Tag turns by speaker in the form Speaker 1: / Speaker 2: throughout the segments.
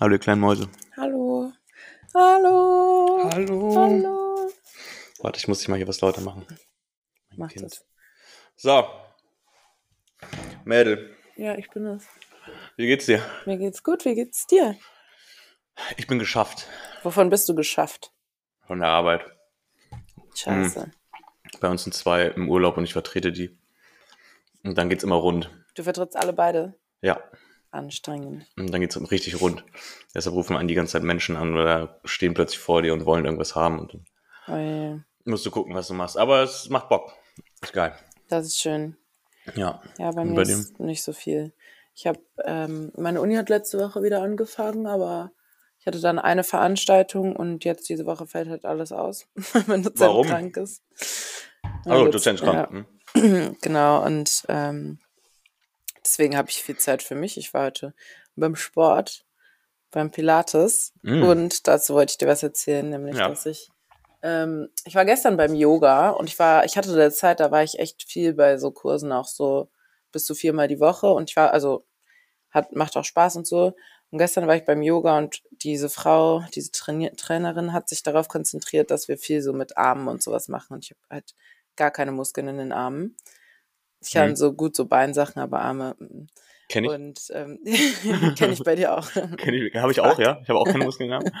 Speaker 1: Hallo, ihr kleinen Mäuse.
Speaker 2: Hallo. Hallo.
Speaker 1: Hallo.
Speaker 2: Hallo.
Speaker 1: Warte, ich muss dich mal hier was lauter machen. Mein
Speaker 2: Macht
Speaker 1: Kind.
Speaker 2: es.
Speaker 1: So. Mädel,
Speaker 2: Ja, ich bin es.
Speaker 1: wie geht's dir?
Speaker 2: Mir geht's gut. Wie geht's dir?
Speaker 1: Ich bin geschafft
Speaker 2: Wovon bist du geschafft?
Speaker 1: von der Arbeit. Hm.
Speaker 2: Scheiße.
Speaker 1: Bei uns sind zwei im Urlaub und ich vertrete die. Und dann geht's immer rund.
Speaker 2: Du vertrittst alle beide.
Speaker 1: Ja,
Speaker 2: Anstrengend.
Speaker 1: und dann geht's richtig rund. Deshalb rufen einen die ganze Zeit Menschen an oder stehen plötzlich vor dir und wollen irgendwas haben. Und dann
Speaker 2: Ui,
Speaker 1: musst du gucken, was du machst. Aber es macht Bock. Ist geil.
Speaker 2: das ist schön.
Speaker 1: Ja.
Speaker 2: Ja, bei
Speaker 1: Und
Speaker 2: mir
Speaker 1: bei dir?
Speaker 2: ist nicht so viel. Ich habe, ähm, meine Uni hat letzte Woche wieder angefangen, aber ich hatte dann eine Veranstaltung und jetzt diese Woche fällt halt alles aus, weil mein Dozent
Speaker 1: Warum?
Speaker 2: krank ist.
Speaker 1: Also,
Speaker 2: Mein
Speaker 1: Dozent
Speaker 2: ja.
Speaker 1: krank. hm?
Speaker 2: Genau, und ähm, deswegen habe ich viel Zeit für mich. Ich war heute beim Sport, beim Pilates
Speaker 1: Mm.
Speaker 2: und dazu wollte ich dir was erzählen, nämlich,
Speaker 1: Ja.
Speaker 2: dass ich, ähm, ich war gestern beim Yoga und ich war, ich hatte der Zeit, da war ich echt viel bei so Kursen, auch so bis zu viermal die Woche und ich war, also hat, macht auch Spaß und so. Und gestern war ich beim Yoga und diese Frau, diese Trainier Trainerin hat sich darauf konzentriert, dass wir viel so mit Armen und sowas machen. Und ich habe halt gar keine Muskeln in den Armen. Ich kann
Speaker 1: Mhm.
Speaker 2: so gut so Beinsachen, aber Arme. mm.
Speaker 1: Kenn ich.
Speaker 2: Und ähm, kenne ich bei dir auch.
Speaker 1: Kenn ich. Habe ich auch, ja? Ich habe auch keine Muskeln gehabt.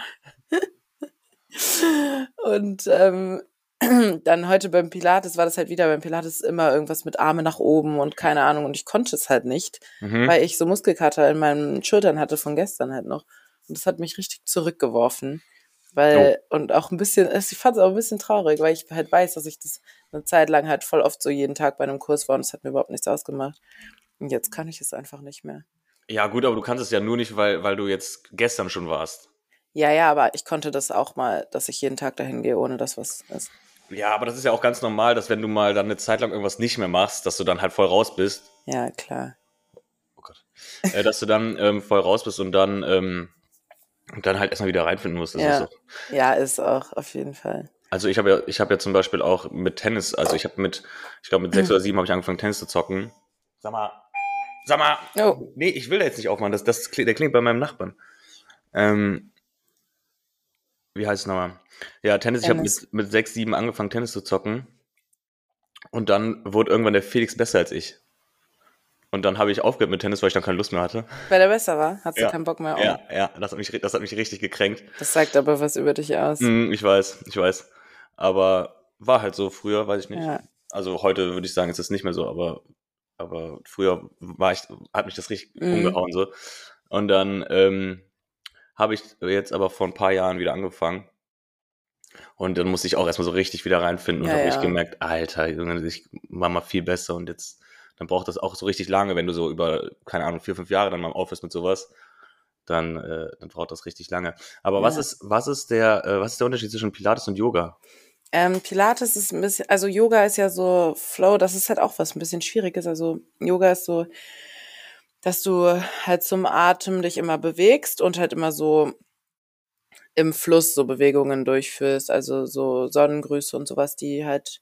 Speaker 2: Und ähm, dann heute beim Pilates war das halt wieder beim Pilates immer irgendwas mit Arme nach oben und keine Ahnung. Und ich konnte es halt nicht,
Speaker 1: Mhm.
Speaker 2: weil ich so Muskelkater in meinen Schultern hatte von gestern halt noch. Und das hat mich richtig zurückgeworfen. Weil, und auch ein bisschen, es- ich fand es auch ein bisschen traurig, weil ich halt weiß, dass ich das eine Zeit lang halt voll oft so jeden Tag bei einem Kurs war und es hat mir überhaupt nichts ausgemacht. Und jetzt kann ich es einfach nicht mehr.
Speaker 1: Ja, gut, aber du kannst es ja nur nicht, weil, weil du jetzt gestern schon warst.
Speaker 2: Ja, ja, aber ich konnte das auch mal, dass ich jeden Tag dahin gehe, ohne dass was ist.
Speaker 1: Ja, aber das ist ja auch ganz normal, dass wenn du mal dann eine Zeit lang irgendwas nicht mehr machst, dass du dann halt voll raus bist.
Speaker 2: Ja, klar.
Speaker 1: Oh Gott. Äh, dass du dann ähm, voll raus bist und dann, ähm, und dann halt erstmal wieder reinfinden musst. Das ist
Speaker 2: Ja.
Speaker 1: so.
Speaker 2: Ja, ist auch, auf jeden Fall.
Speaker 1: Also ich habe ja, ich habe ja zum Beispiel auch mit Tennis, also ich habe mit, ich glaube mit sechs oder sieben habe ich angefangen, Tennis zu zocken. Sag mal, sag mal,
Speaker 2: Oh,
Speaker 1: nee, ich will da jetzt nicht aufmachen. Das, das klingt, der klingt bei meinem Nachbarn. Ähm, wie heißt es nochmal? Ja, Tennis. Ich habe
Speaker 2: Tennis.
Speaker 1: mit, mit sechs, sieben angefangen, Tennis zu zocken. Und dann wurde irgendwann der Felix besser als ich. Und dann habe ich aufgehört mit Tennis, weil ich dann keine Lust mehr hatte.
Speaker 2: weil er besser war, hat sie
Speaker 1: Ja.
Speaker 2: keinen Bock mehr. Oh,
Speaker 1: Ja, ja, das hat mich, ri- das hat mich richtig gekränkt.
Speaker 2: Das sagt aber was über dich aus.
Speaker 1: Mm, ich weiß, ich weiß. Aber war halt so früher, weiß ich nicht.
Speaker 2: Ja,
Speaker 1: Also heute würde ich sagen, ist das nicht mehr so, aber, aber früher war ich, hat mich das richtig
Speaker 2: Mhm.
Speaker 1: umgehauen. So. Und dann ähm, habe ich jetzt aber vor ein paar Jahren wieder angefangen. Und dann musste ich auch erstmal so richtig wieder reinfinden und
Speaker 2: Ja,
Speaker 1: habe ich
Speaker 2: ja.
Speaker 1: gemerkt, Alter, Junge, ich war mal viel besser und jetzt, dann braucht das auch so richtig lange, wenn du so über, keine Ahnung, vier, fünf Jahre dann mal aufhörst mit sowas, dann, äh, dann braucht das richtig lange. Aber was
Speaker 2: Ja.
Speaker 1: ist, was ist der, äh, was ist der Unterschied zwischen Pilates und Yoga?
Speaker 2: Ähm, Pilates ist ein bisschen, also Yoga ist ja so Flow, das ist halt auch was ein bisschen Schwieriges. Also Yoga ist so, dass du halt zum Atem dich immer bewegst und halt immer so im Fluss so Bewegungen durchführst, also so Sonnengrüße und sowas, die halt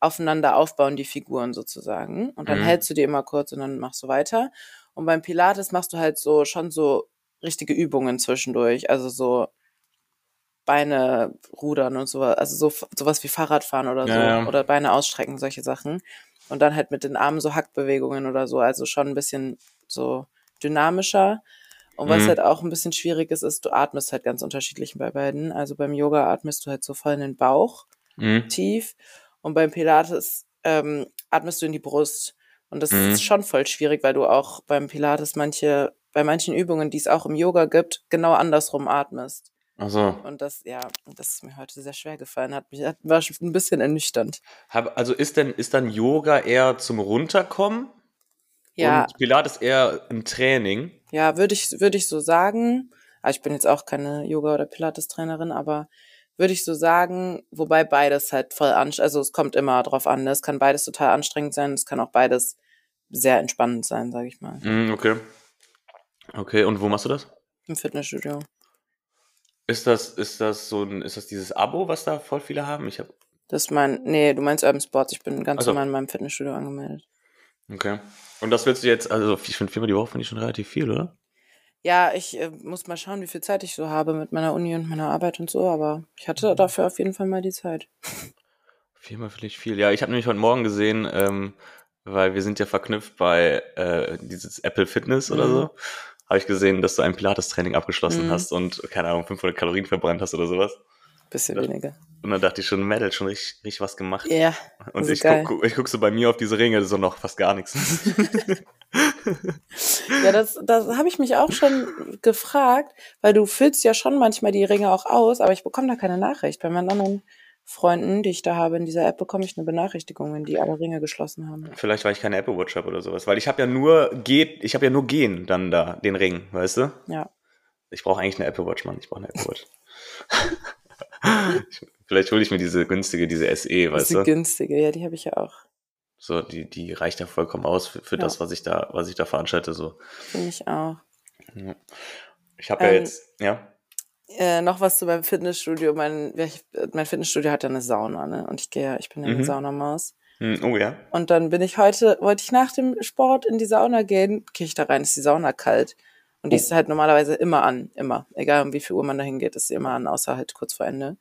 Speaker 2: aufeinander aufbauen, die Figuren sozusagen. Und dann
Speaker 1: Mhm.
Speaker 2: hältst du die immer kurz und dann machst du weiter. Und beim Pilates machst du halt so schon so richtige Übungen zwischendurch, also so Beine rudern und sowas, also so, sowas wie Fahrradfahren oder so
Speaker 1: Ja, ja.
Speaker 2: oder Beine ausstrecken, solche Sachen. Und dann halt mit den Armen so Hackbewegungen oder so, also schon ein bisschen so dynamischer. Und was
Speaker 1: Mhm.
Speaker 2: halt auch ein bisschen schwierig ist, ist, du atmest halt ganz unterschiedlich bei beiden. Also beim Yoga atmest du halt so voll in den Bauch
Speaker 1: Mhm.
Speaker 2: tief und beim Pilates ähm, atmest du in die Brust. Und das
Speaker 1: Mhm.
Speaker 2: ist schon voll schwierig, weil du auch beim Pilates manche, bei manchen Übungen, die es auch im Yoga gibt, genau andersrum atmest.
Speaker 1: Also,
Speaker 2: Und das, ja, das ist mir heute sehr schwer gefallen, hat mich, hat, war schon ein bisschen ernüchternd.
Speaker 1: hab, also ist denn, ist dann Yoga eher zum Runterkommen?
Speaker 2: Ja,
Speaker 1: Und Pilates eher im Training.
Speaker 2: Ja, würde ich, würde ich so sagen. Ah, Ich bin jetzt auch keine Yoga- oder Pilates-Trainerin, aber würde ich so sagen, wobei beides halt voll anstrengend, also es kommt immer drauf an, ne? es kann beides total anstrengend sein, es kann auch beides sehr entspannend sein, sage ich mal,
Speaker 1: Mm, okay. Okay, und wo machst du das?
Speaker 2: im Fitnessstudio.
Speaker 1: Ist das, ist das so ein, ist das dieses Abo, was da voll viele haben? Ich hab,
Speaker 2: Das ist mein, nee, du meinst Urban Sports, ich bin ganz
Speaker 1: Also.
Speaker 2: normal in meinem Fitnessstudio angemeldet.
Speaker 1: okay. Und das willst du jetzt, also ich finde viermal die Woche finde ich schon relativ viel, oder?
Speaker 2: Ja, ich äh, muss mal schauen, wie viel Zeit ich so habe mit meiner Uni und meiner Arbeit und so, aber ich hatte dafür auf jeden Fall mal die Zeit.
Speaker 1: Viermal vielleicht viel. Ja, ich habe nämlich heute Morgen gesehen, ähm, weil wir sind ja verknüpft bei äh, dieses Apple Fitness oder
Speaker 2: Mhm.
Speaker 1: so. Habe ich gesehen, dass du ein Pilates-Training abgeschlossen
Speaker 2: Mhm.
Speaker 1: hast und, keine Ahnung, 500 Kalorien verbrannt hast oder sowas.
Speaker 2: Bisschen
Speaker 1: Ja.
Speaker 2: weniger.
Speaker 1: Und dann dachte ich schon, Mädel, schon richtig, richtig was gemacht.
Speaker 2: Ja,
Speaker 1: und
Speaker 2: also
Speaker 1: ich
Speaker 2: geil.
Speaker 1: guck, guck- ich guck so bei mir auf diese Ringe, so noch fast gar nichts.
Speaker 2: ja das, das habe ich mich auch schon gefragt, weil du füllst ja schon manchmal die Ringe auch aus, aber ich bekomme da keine Nachricht. Bei meinen anderen Freunden, die ich da habe in dieser App, bekomme ich eine Benachrichtigung, wenn die alle Ringe geschlossen haben.
Speaker 1: Vielleicht, weil ich keine Apple Watch habe oder sowas. Weil ich habe ja nur geht, ich habe ja nur gehen dann da, den Ring, weißt du?
Speaker 2: Ja.
Speaker 1: Ich brauche eigentlich eine Apple Watch, Mann. Ich brauche eine Apple Watch. Ich- Vielleicht hole ich mir diese günstige, diese SE,
Speaker 2: Das ist
Speaker 1: weißt
Speaker 2: die
Speaker 1: du?
Speaker 2: günstige, ja, die habe ich ja auch.
Speaker 1: So, die, die reicht ja vollkommen aus für, für
Speaker 2: Ja.
Speaker 1: das, was ich da, was ich da veranstalte. So.
Speaker 2: Finde ich auch.
Speaker 1: Ich habe ja
Speaker 2: Ähm,
Speaker 1: jetzt, ja.
Speaker 2: Äh, noch was zu meinem Fitnessstudio. Mein, ja, ich- mein Fitnessstudio hat ja eine Sauna, ne? Und ich gehe ja, ich bin ja eine
Speaker 1: Mhm.
Speaker 2: Saunamaus.
Speaker 1: Hm, oh ja.
Speaker 2: Und dann bin ich heute, wollte ich nach dem Sport in die Sauna gehen, gehe ich da rein, ist die Sauna kalt. Und die ist halt normalerweise immer an, immer. Egal um wie viel Uhr man da hingeht, ist sie immer an, außer halt kurz vor Ende.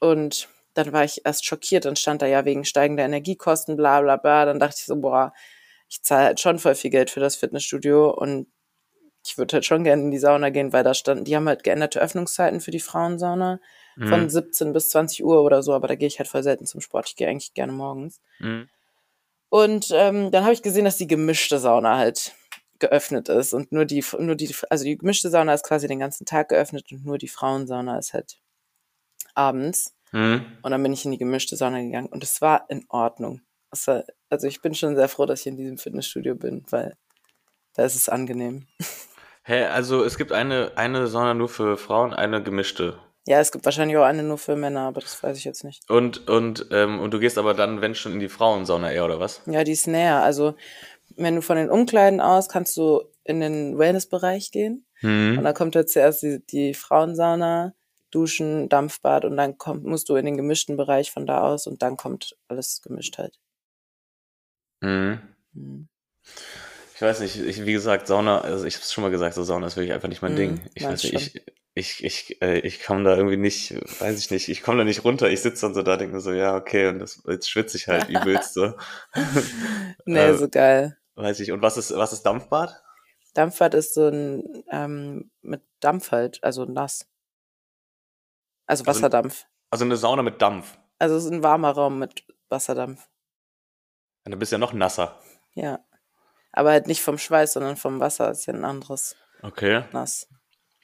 Speaker 2: Und dann war ich erst schockiert, dann stand da ja wegen steigender Energiekosten, bla bla bla. Dann dachte ich so, boah, ich zahle halt schon voll viel Geld für das Fitnessstudio und ich würde halt schon gerne in die Sauna gehen, weil da standen, die haben halt geänderte Öffnungszeiten für die Frauensauna von
Speaker 1: Hm,
Speaker 2: 17 bis 20 Uhr oder so, aber da gehe ich halt voll selten zum Sport. Ich gehe eigentlich gerne morgens.
Speaker 1: hm.
Speaker 2: Und ähm, dann habe ich gesehen, dass die gemischte Sauna halt geöffnet ist und nur die, nur die, also die gemischte Sauna ist quasi den ganzen Tag geöffnet und nur die Frauensauna ist halt abends.
Speaker 1: Hm.
Speaker 2: Und dann bin ich in die gemischte Sauna gegangen und es war in Ordnung. Es war, also ich bin schon sehr froh, dass ich in diesem Fitnessstudio bin, weil da ist es angenehm.
Speaker 1: Hä, also es gibt eine, eine Sauna nur für Frauen, eine gemischte.
Speaker 2: Ja, es gibt wahrscheinlich auch eine nur für Männer, aber das weiß ich jetzt nicht.
Speaker 1: Und, und, ähm, und du gehst aber dann, wenn schon, in die Frauensauna eher, oder was?
Speaker 2: Ja, die ist näher. Also wenn du von den Umkleiden aus kannst du in den Wellnessbereich gehen. Und
Speaker 1: Hm.
Speaker 2: dann kommt jetzt zuerst die, die Frauensauna, Duschen, Dampfbad und dann kommt, musst du in den gemischten Bereich von da aus und dann kommt alles gemischt halt.
Speaker 1: Hm.
Speaker 2: Hm.
Speaker 1: Ich weiß nicht, ich, wie gesagt, Sauna, also ich habe es schon mal gesagt, so Sauna ist wirklich einfach nicht mein
Speaker 2: Mhm,
Speaker 1: Ding. Ich Hm, weiß
Speaker 2: meinst
Speaker 1: nicht, ich, ich, ich, äh, ich komme da irgendwie nicht, weiß ich nicht, ich komme da nicht runter. Ich sitze dann so da, denke mir so, ja, okay, und das, jetzt schwitze ich halt übelst so.
Speaker 2: Nee,
Speaker 1: Äh,
Speaker 2: so geil.
Speaker 1: weiß ich. Und was ist, was ist Dampfbad?
Speaker 2: Dampfbad ist so ein, ähm, mit Dampf halt, also nass. Also
Speaker 1: Also-
Speaker 2: Wasserdampf.
Speaker 1: Also eine Sauna mit Dampf.
Speaker 2: Also es ist ein warmer Raum mit Wasserdampf.
Speaker 1: Und dann bist du ja noch nasser.
Speaker 2: Ja. Aber halt nicht vom Schweiß, sondern vom Wasser ist ja ein anderes
Speaker 1: Okay.
Speaker 2: nass.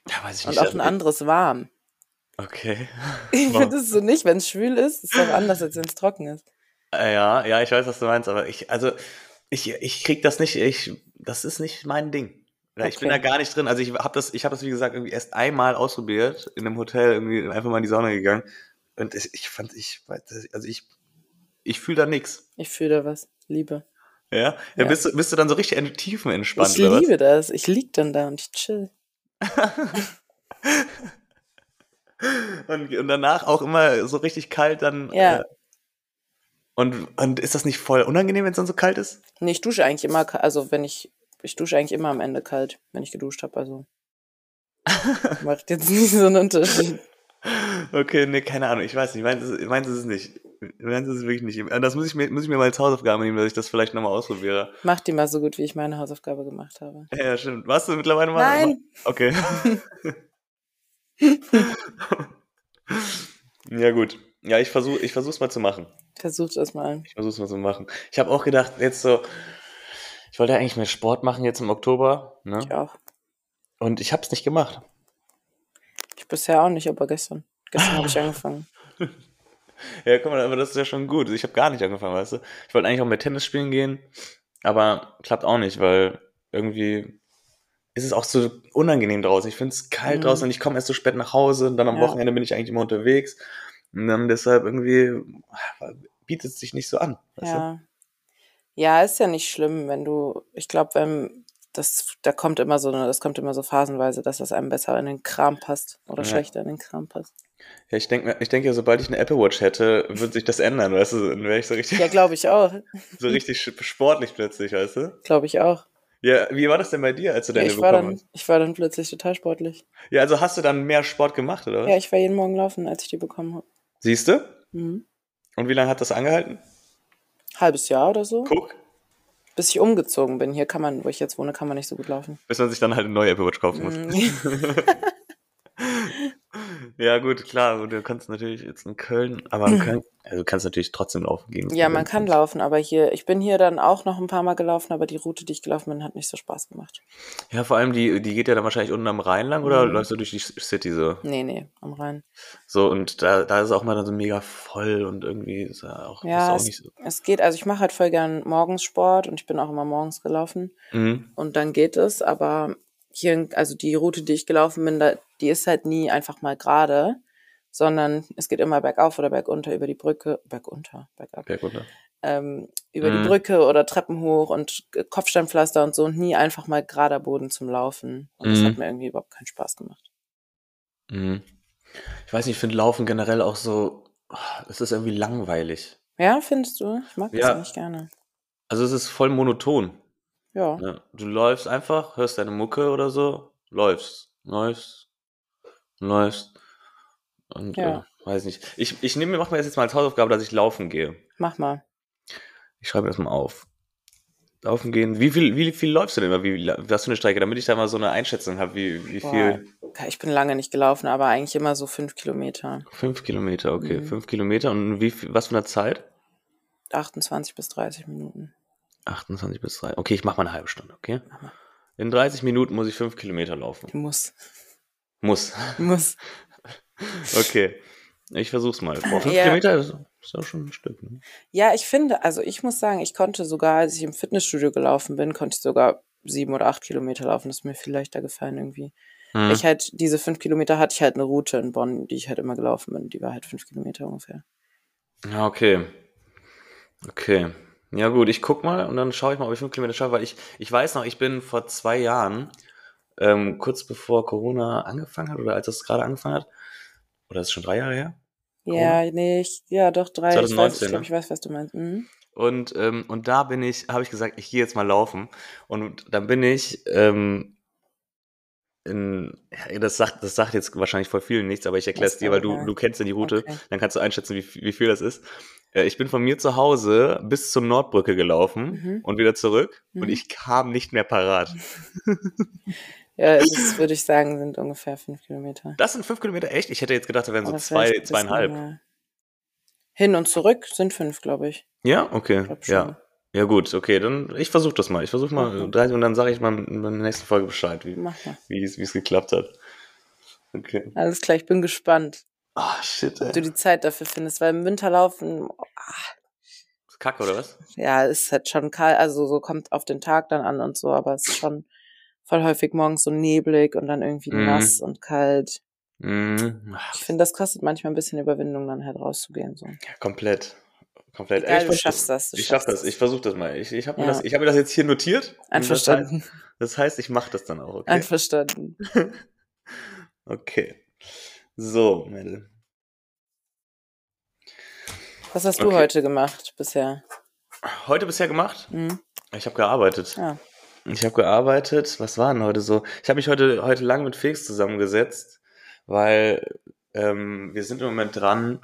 Speaker 1: Ja, weiß ich
Speaker 2: Und
Speaker 1: nicht. also
Speaker 2: auch ein anderes warm.
Speaker 1: Okay.
Speaker 2: Ich
Speaker 1: Wow.
Speaker 2: finde es so nicht, wenn es schwül ist, ist doch anders, als wenn es trocken ist.
Speaker 1: Äh, Ja, ja, ich weiß, was du meinst, aber ich, also, ich, ich krieg das nicht, ich, das ist nicht mein Ding. Ja, Ich bin da
Speaker 2: Okay.
Speaker 1: gar nicht drin. Also ich habe das, ich habe das wie gesagt irgendwie erst einmal ausprobiert in einem Hotel, irgendwie einfach mal in die Sauna gegangen und ich, ich fand, ich, weiß das- also ich, ich fühle da nichts.
Speaker 2: Ich fühle da was. Liebe.
Speaker 1: Ja, ja,
Speaker 2: Ja.
Speaker 1: Bist, du, bist du dann so richtig ent- tiefenentspannt
Speaker 2: ich
Speaker 1: oder
Speaker 2: liebe das. Ich lieg dann da und ich chill.
Speaker 1: was? Und, und danach auch immer so richtig kalt dann.
Speaker 2: Ja.
Speaker 1: Äh, und, und ist das nicht voll unangenehm, wenn es dann so kalt ist?
Speaker 2: Nee, ich dusche eigentlich immer, ka- also wenn ich, ich dusche eigentlich immer am Ende kalt, wenn ich geduscht habe, also. Macht jetzt nicht so einen Unterschied.
Speaker 1: Okay, nee, keine Ahnung. Ich weiß nicht. Meins ist, meins ist es nicht. Meins ist es wirklich nicht. Und Das muss ich mir, muss ich mir mal als Hausaufgabe nehmen, dass ich das vielleicht nochmal ausprobiere.
Speaker 2: Mach die mal so gut, wie ich meine Hausaufgabe gemacht habe.
Speaker 1: Ja, Ja, stimmt. Warst du mittlerweile mal?
Speaker 2: Nein!
Speaker 1: Okay. ja, gut. Ja, ich versuche ich versuch's mal zu machen.
Speaker 2: Versucht es mal.
Speaker 1: Ich versuch's mal zu machen. Ich habe auch gedacht, jetzt so, ich wollte eigentlich mehr Sport machen jetzt im Oktober. Ne?
Speaker 2: Ich auch.
Speaker 1: Und ich hab's nicht gemacht.
Speaker 2: Ich bisher auch nicht, aber gestern. Gestern habe ich angefangen.
Speaker 1: Ja, guck mal, aber das ist ja schon gut. Ich habe gar nicht angefangen, weißt du? Ich wollte eigentlich auch mit Tennis spielen gehen, aber klappt auch nicht, weil irgendwie ist es auch so unangenehm draußen. Ich finde es kalt
Speaker 2: Mhm.
Speaker 1: draußen und ich komme erst so spät nach Hause und dann am
Speaker 2: Ja.
Speaker 1: Wochenende bin ich eigentlich immer unterwegs. Und dann deshalb irgendwie ah, bietet es sich nicht so an. Weißt
Speaker 2: Ja. Ja, ist ja nicht schlimm, wenn du, ich glaube, wenn das, da kommt immer so, eine- das kommt immer so phasenweise, dass das einem besser in den Kram passt oder
Speaker 1: Ja.
Speaker 2: schlechter in den Kram passt.
Speaker 1: du? Ja, ich denke ich denk ja, sobald ich eine Apple Watch hätte, würde sich das ändern, weißt du? Dann wäre ich so richtig,
Speaker 2: Ja, glaube ich auch.
Speaker 1: so richtig sportlich plötzlich, weißt du?
Speaker 2: Glaube ich auch.
Speaker 1: Ja, wie war das denn bei dir, als du
Speaker 2: Ja,
Speaker 1: deine
Speaker 2: ich, war
Speaker 1: bekommen
Speaker 2: dann,
Speaker 1: hast?
Speaker 2: ich war dann plötzlich total sportlich.
Speaker 1: Ja, also hast du dann mehr Sport gemacht, oder was?
Speaker 2: Ja, ich war jeden Morgen laufen, als ich die bekommen habe.
Speaker 1: Siehst du?
Speaker 2: Mhm.
Speaker 1: Und wie lange hat das angehalten?
Speaker 2: Halbes Jahr oder so.
Speaker 1: Guck.
Speaker 2: Bis ich umgezogen bin. Hier kann man, wo ich jetzt wohne, kann man nicht so gut laufen.
Speaker 1: Bis man sich dann halt eine neue Apple Watch kaufen muss.
Speaker 2: Mhm.
Speaker 1: Ja, gut, klar. aber Du kannst natürlich jetzt in Köln, aber in Köln, also du kannst natürlich trotzdem laufen gehen.
Speaker 2: Mhm. Ja, man kann laufen, aber hier, ich bin hier dann auch noch ein paar Mal gelaufen, aber die Route, die ich gelaufen bin, hat nicht so Spaß gemacht.
Speaker 1: Ja, vor allem, die, die geht ja dann wahrscheinlich unten am Rhein lang oder
Speaker 2: Mhm.
Speaker 1: läufst du durch die City so?
Speaker 2: Nee, nee, am Rhein.
Speaker 1: So, und da, da ist es auch mal dann so mega voll und irgendwie ist ja auch, ist
Speaker 2: Ja,
Speaker 1: auch
Speaker 2: es,
Speaker 1: nicht so.
Speaker 2: es geht, also ich mache halt voll gern morgens Sport und ich bin auch immer morgens gelaufen
Speaker 1: Mhm.
Speaker 2: und dann geht es, aber hier, in- also die Route, die ich gelaufen bin, da, die ist halt nie einfach mal gerade, sondern es geht immer bergauf oder bergunter über die Brücke, bergunter, bergab,
Speaker 1: Berg runter.
Speaker 2: ähm, über
Speaker 1: Mhm.
Speaker 2: die Brücke oder Treppen hoch und äh, Kopfsteinpflaster und so und nie einfach mal gerader Boden zum Laufen. Und das
Speaker 1: Mhm.
Speaker 2: hat mir irgendwie überhaupt keinen Spaß gemacht.
Speaker 1: Mhm. Ich weiß nicht, ich finde Laufen generell auch so, ah, es ist irgendwie langweilig.
Speaker 2: Ja, findest du? Ich mag
Speaker 1: Ja.
Speaker 2: das nicht gerne.
Speaker 1: Also es ist voll monoton.
Speaker 2: Ja.
Speaker 1: Ne? Du läufst einfach, hörst deine Mucke oder so, läufst, läufst, läufst. Und
Speaker 2: Ja.
Speaker 1: äh, weiß nicht. Ich, ich nehme mir, mach mir das jetzt mal als Hausaufgabe, dass ich laufen gehe.
Speaker 2: mach mal.
Speaker 1: Ich schreibe mir das mal auf. Laufen gehen. Wie viel, wie viel läufst du denn immer? Wie, la- was für eine Strecke? Damit ich da mal so eine Einschätzung habe, wie, wie viel.
Speaker 2: Ich bin lange nicht gelaufen, aber eigentlich immer so fünf Kilometer.
Speaker 1: Fünf Kilometer, okay.
Speaker 2: Mhm.
Speaker 1: Fünf Kilometer und wie viel, was für eine Zeit?
Speaker 2: 28 bis 30 Minuten.
Speaker 1: 28 bis 3. Okay, ich mache mal eine halbe Stunde, okay?
Speaker 2: Mach mal.
Speaker 1: In 30 Minuten muss ich fünf Kilometer laufen.
Speaker 2: Ich muss.
Speaker 1: Muss.
Speaker 2: Ich muss.
Speaker 1: Okay. Ich versuch's mal. Boah, fünf
Speaker 2: Ja.
Speaker 1: Kilometer ist, ist ja schon ein Stück. Ne?
Speaker 2: Ja, ich finde, also ich muss sagen, ich konnte sogar, als ich im Fitnessstudio gelaufen bin, konnte ich sogar sieben oder acht Kilometer laufen. Das ist mir viel leichter gefallen irgendwie.
Speaker 1: Hm.
Speaker 2: Ich halt, diese fünf Kilometer hatte ich halt eine Route in Bonn, die ich halt immer gelaufen bin. Die war halt fünf Kilometer ungefähr.
Speaker 1: Ja, okay. Okay. Ja, gut, ich guck mal und dann schaue ich mal, ob ich fünf Kilometer schaffe, weil ich, ich weiß noch, ich bin vor zwei Jahren, ähm, kurz bevor Corona angefangen hat oder als es gerade angefangen hat, oder ist es schon drei Jahre her?
Speaker 2: Ja, nee, ich, ja, doch drei. ich
Speaker 1: 2019,
Speaker 2: weiß, ich glaube,
Speaker 1: ne?
Speaker 2: ich weiß, was du meinst. Mhm.
Speaker 1: Und, ähm, und da bin ich, habe ich gesagt, ich gehe jetzt mal laufen. Und dann bin ich, ähm, in, ja, das sagt, das sagt jetzt wahrscheinlich voll vielen nichts, aber ich erkläre es
Speaker 2: Ist
Speaker 1: dir, weil du,
Speaker 2: egal.
Speaker 1: du kennst ja die Route,
Speaker 2: Okay.
Speaker 1: dann kannst du einschätzen, wie, wie viel das ist. Äh, Ich bin von mir zu Hause bis zur Nordbrücke gelaufen
Speaker 2: Mhm.
Speaker 1: und wieder zurück
Speaker 2: Mhm.
Speaker 1: und ich kam nicht mehr parat.
Speaker 2: Ja, das würde ich sagen, sind ungefähr fünf Kilometer.
Speaker 1: Das sind fünf Kilometer echt? Ich hätte jetzt gedacht, da wären so
Speaker 2: Oder
Speaker 1: zwei,
Speaker 2: vielleicht ein bisschen
Speaker 1: zweieinhalb.
Speaker 2: mehr. Hin und zurück sind fünf, glaube ich.
Speaker 1: Ja, okay.
Speaker 2: Glaub schon.
Speaker 1: Ja. Ja, gut, okay, dann ich versuche das mal. Ich versuche mal
Speaker 2: Mhm.
Speaker 1: 30 und dann sage ich mal in der nächsten Folge Bescheid, wie,
Speaker 2: Mach mal.
Speaker 1: wie es wie es geklappt hat. Okay.
Speaker 2: Alles klar, ich bin gespannt,
Speaker 1: Ah, shit, ey.
Speaker 2: ob du die Zeit dafür findest, weil im Winterlaufen, ah,
Speaker 1: Ist Kacke, oder was?
Speaker 2: ja, ist halt schon kalt, also so kommt auf den Tag dann an und so, aber es ist schon voll häufig morgens so neblig und dann irgendwie
Speaker 1: Mhm.
Speaker 2: nass und kalt.
Speaker 1: Mm, ah,
Speaker 2: Ich finde, das kostet manchmal ein bisschen Überwindung, dann halt rauszugehen. So.
Speaker 1: ja, komplett. Komplett.
Speaker 2: Egal,
Speaker 1: Ey,
Speaker 2: du
Speaker 1: versuch
Speaker 2: schaffst das. Du
Speaker 1: Ich schaff
Speaker 2: schaffst
Speaker 1: das, ich versuche das mal. Ich, ich habe mir,
Speaker 2: Ja.
Speaker 1: das- ich hab mir das jetzt hier notiert. Und
Speaker 2: Einverstanden.
Speaker 1: Das heißt, das heißt ich mache das dann auch, okay?
Speaker 2: Einverstanden.
Speaker 1: Okay. So, Mädel.
Speaker 2: Was hast
Speaker 1: Okay.
Speaker 2: du heute gemacht bisher?
Speaker 1: Heute bisher gemacht?
Speaker 2: Hm? Ah,
Speaker 1: Ich habe gearbeitet.
Speaker 2: Ja.
Speaker 1: Ich habe gearbeitet. Was war denn heute so? Ich habe mich heute, heute lang mit Felix zusammengesetzt, weil ähm, wir sind im Moment dran.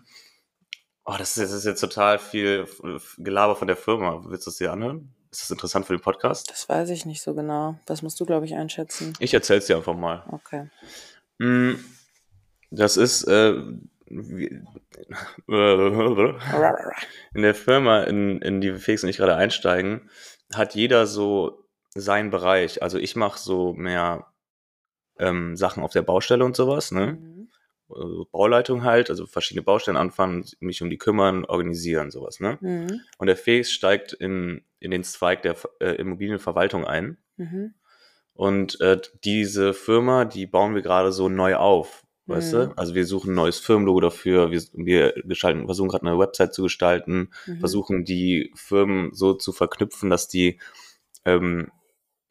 Speaker 1: Oh, das ist, jetzt- das ist jetzt total viel Gelaber von der Firma. Willst du es dir anhören? Ist das interessant für den Podcast?
Speaker 2: Das weiß ich nicht so genau. Das musst du, glaube ich, einschätzen.
Speaker 1: Ich erzähl's dir einfach mal.
Speaker 2: Okay.
Speaker 1: Mm, Das ist äh, wie- äh, in der Firma, in, in die Felix und ich gerade einsteigen, hat jeder so seinen Bereich. Also ich mache so mehr ähm, Sachen auf der Baustelle und sowas, ne?
Speaker 2: Mhm.
Speaker 1: Also Bauleitung halt, also verschiedene Baustellen anfangen, mich um die kümmern, organisieren, sowas, ne?
Speaker 2: Mhm.
Speaker 1: Und der Felix steigt in, in den Zweig der äh, Immobilienverwaltung ein.
Speaker 2: Mhm.
Speaker 1: Und äh, diese Firma, die bauen wir gerade so neu auf. Weißt
Speaker 2: Mhm.
Speaker 1: du? Also wir suchen ein neues Firmenlogo dafür, wir, wir gestalten, versuchen gerade eine Website zu gestalten,
Speaker 2: Mhm.
Speaker 1: versuchen um die Firmen so zu verknüpfen, dass die, ähm,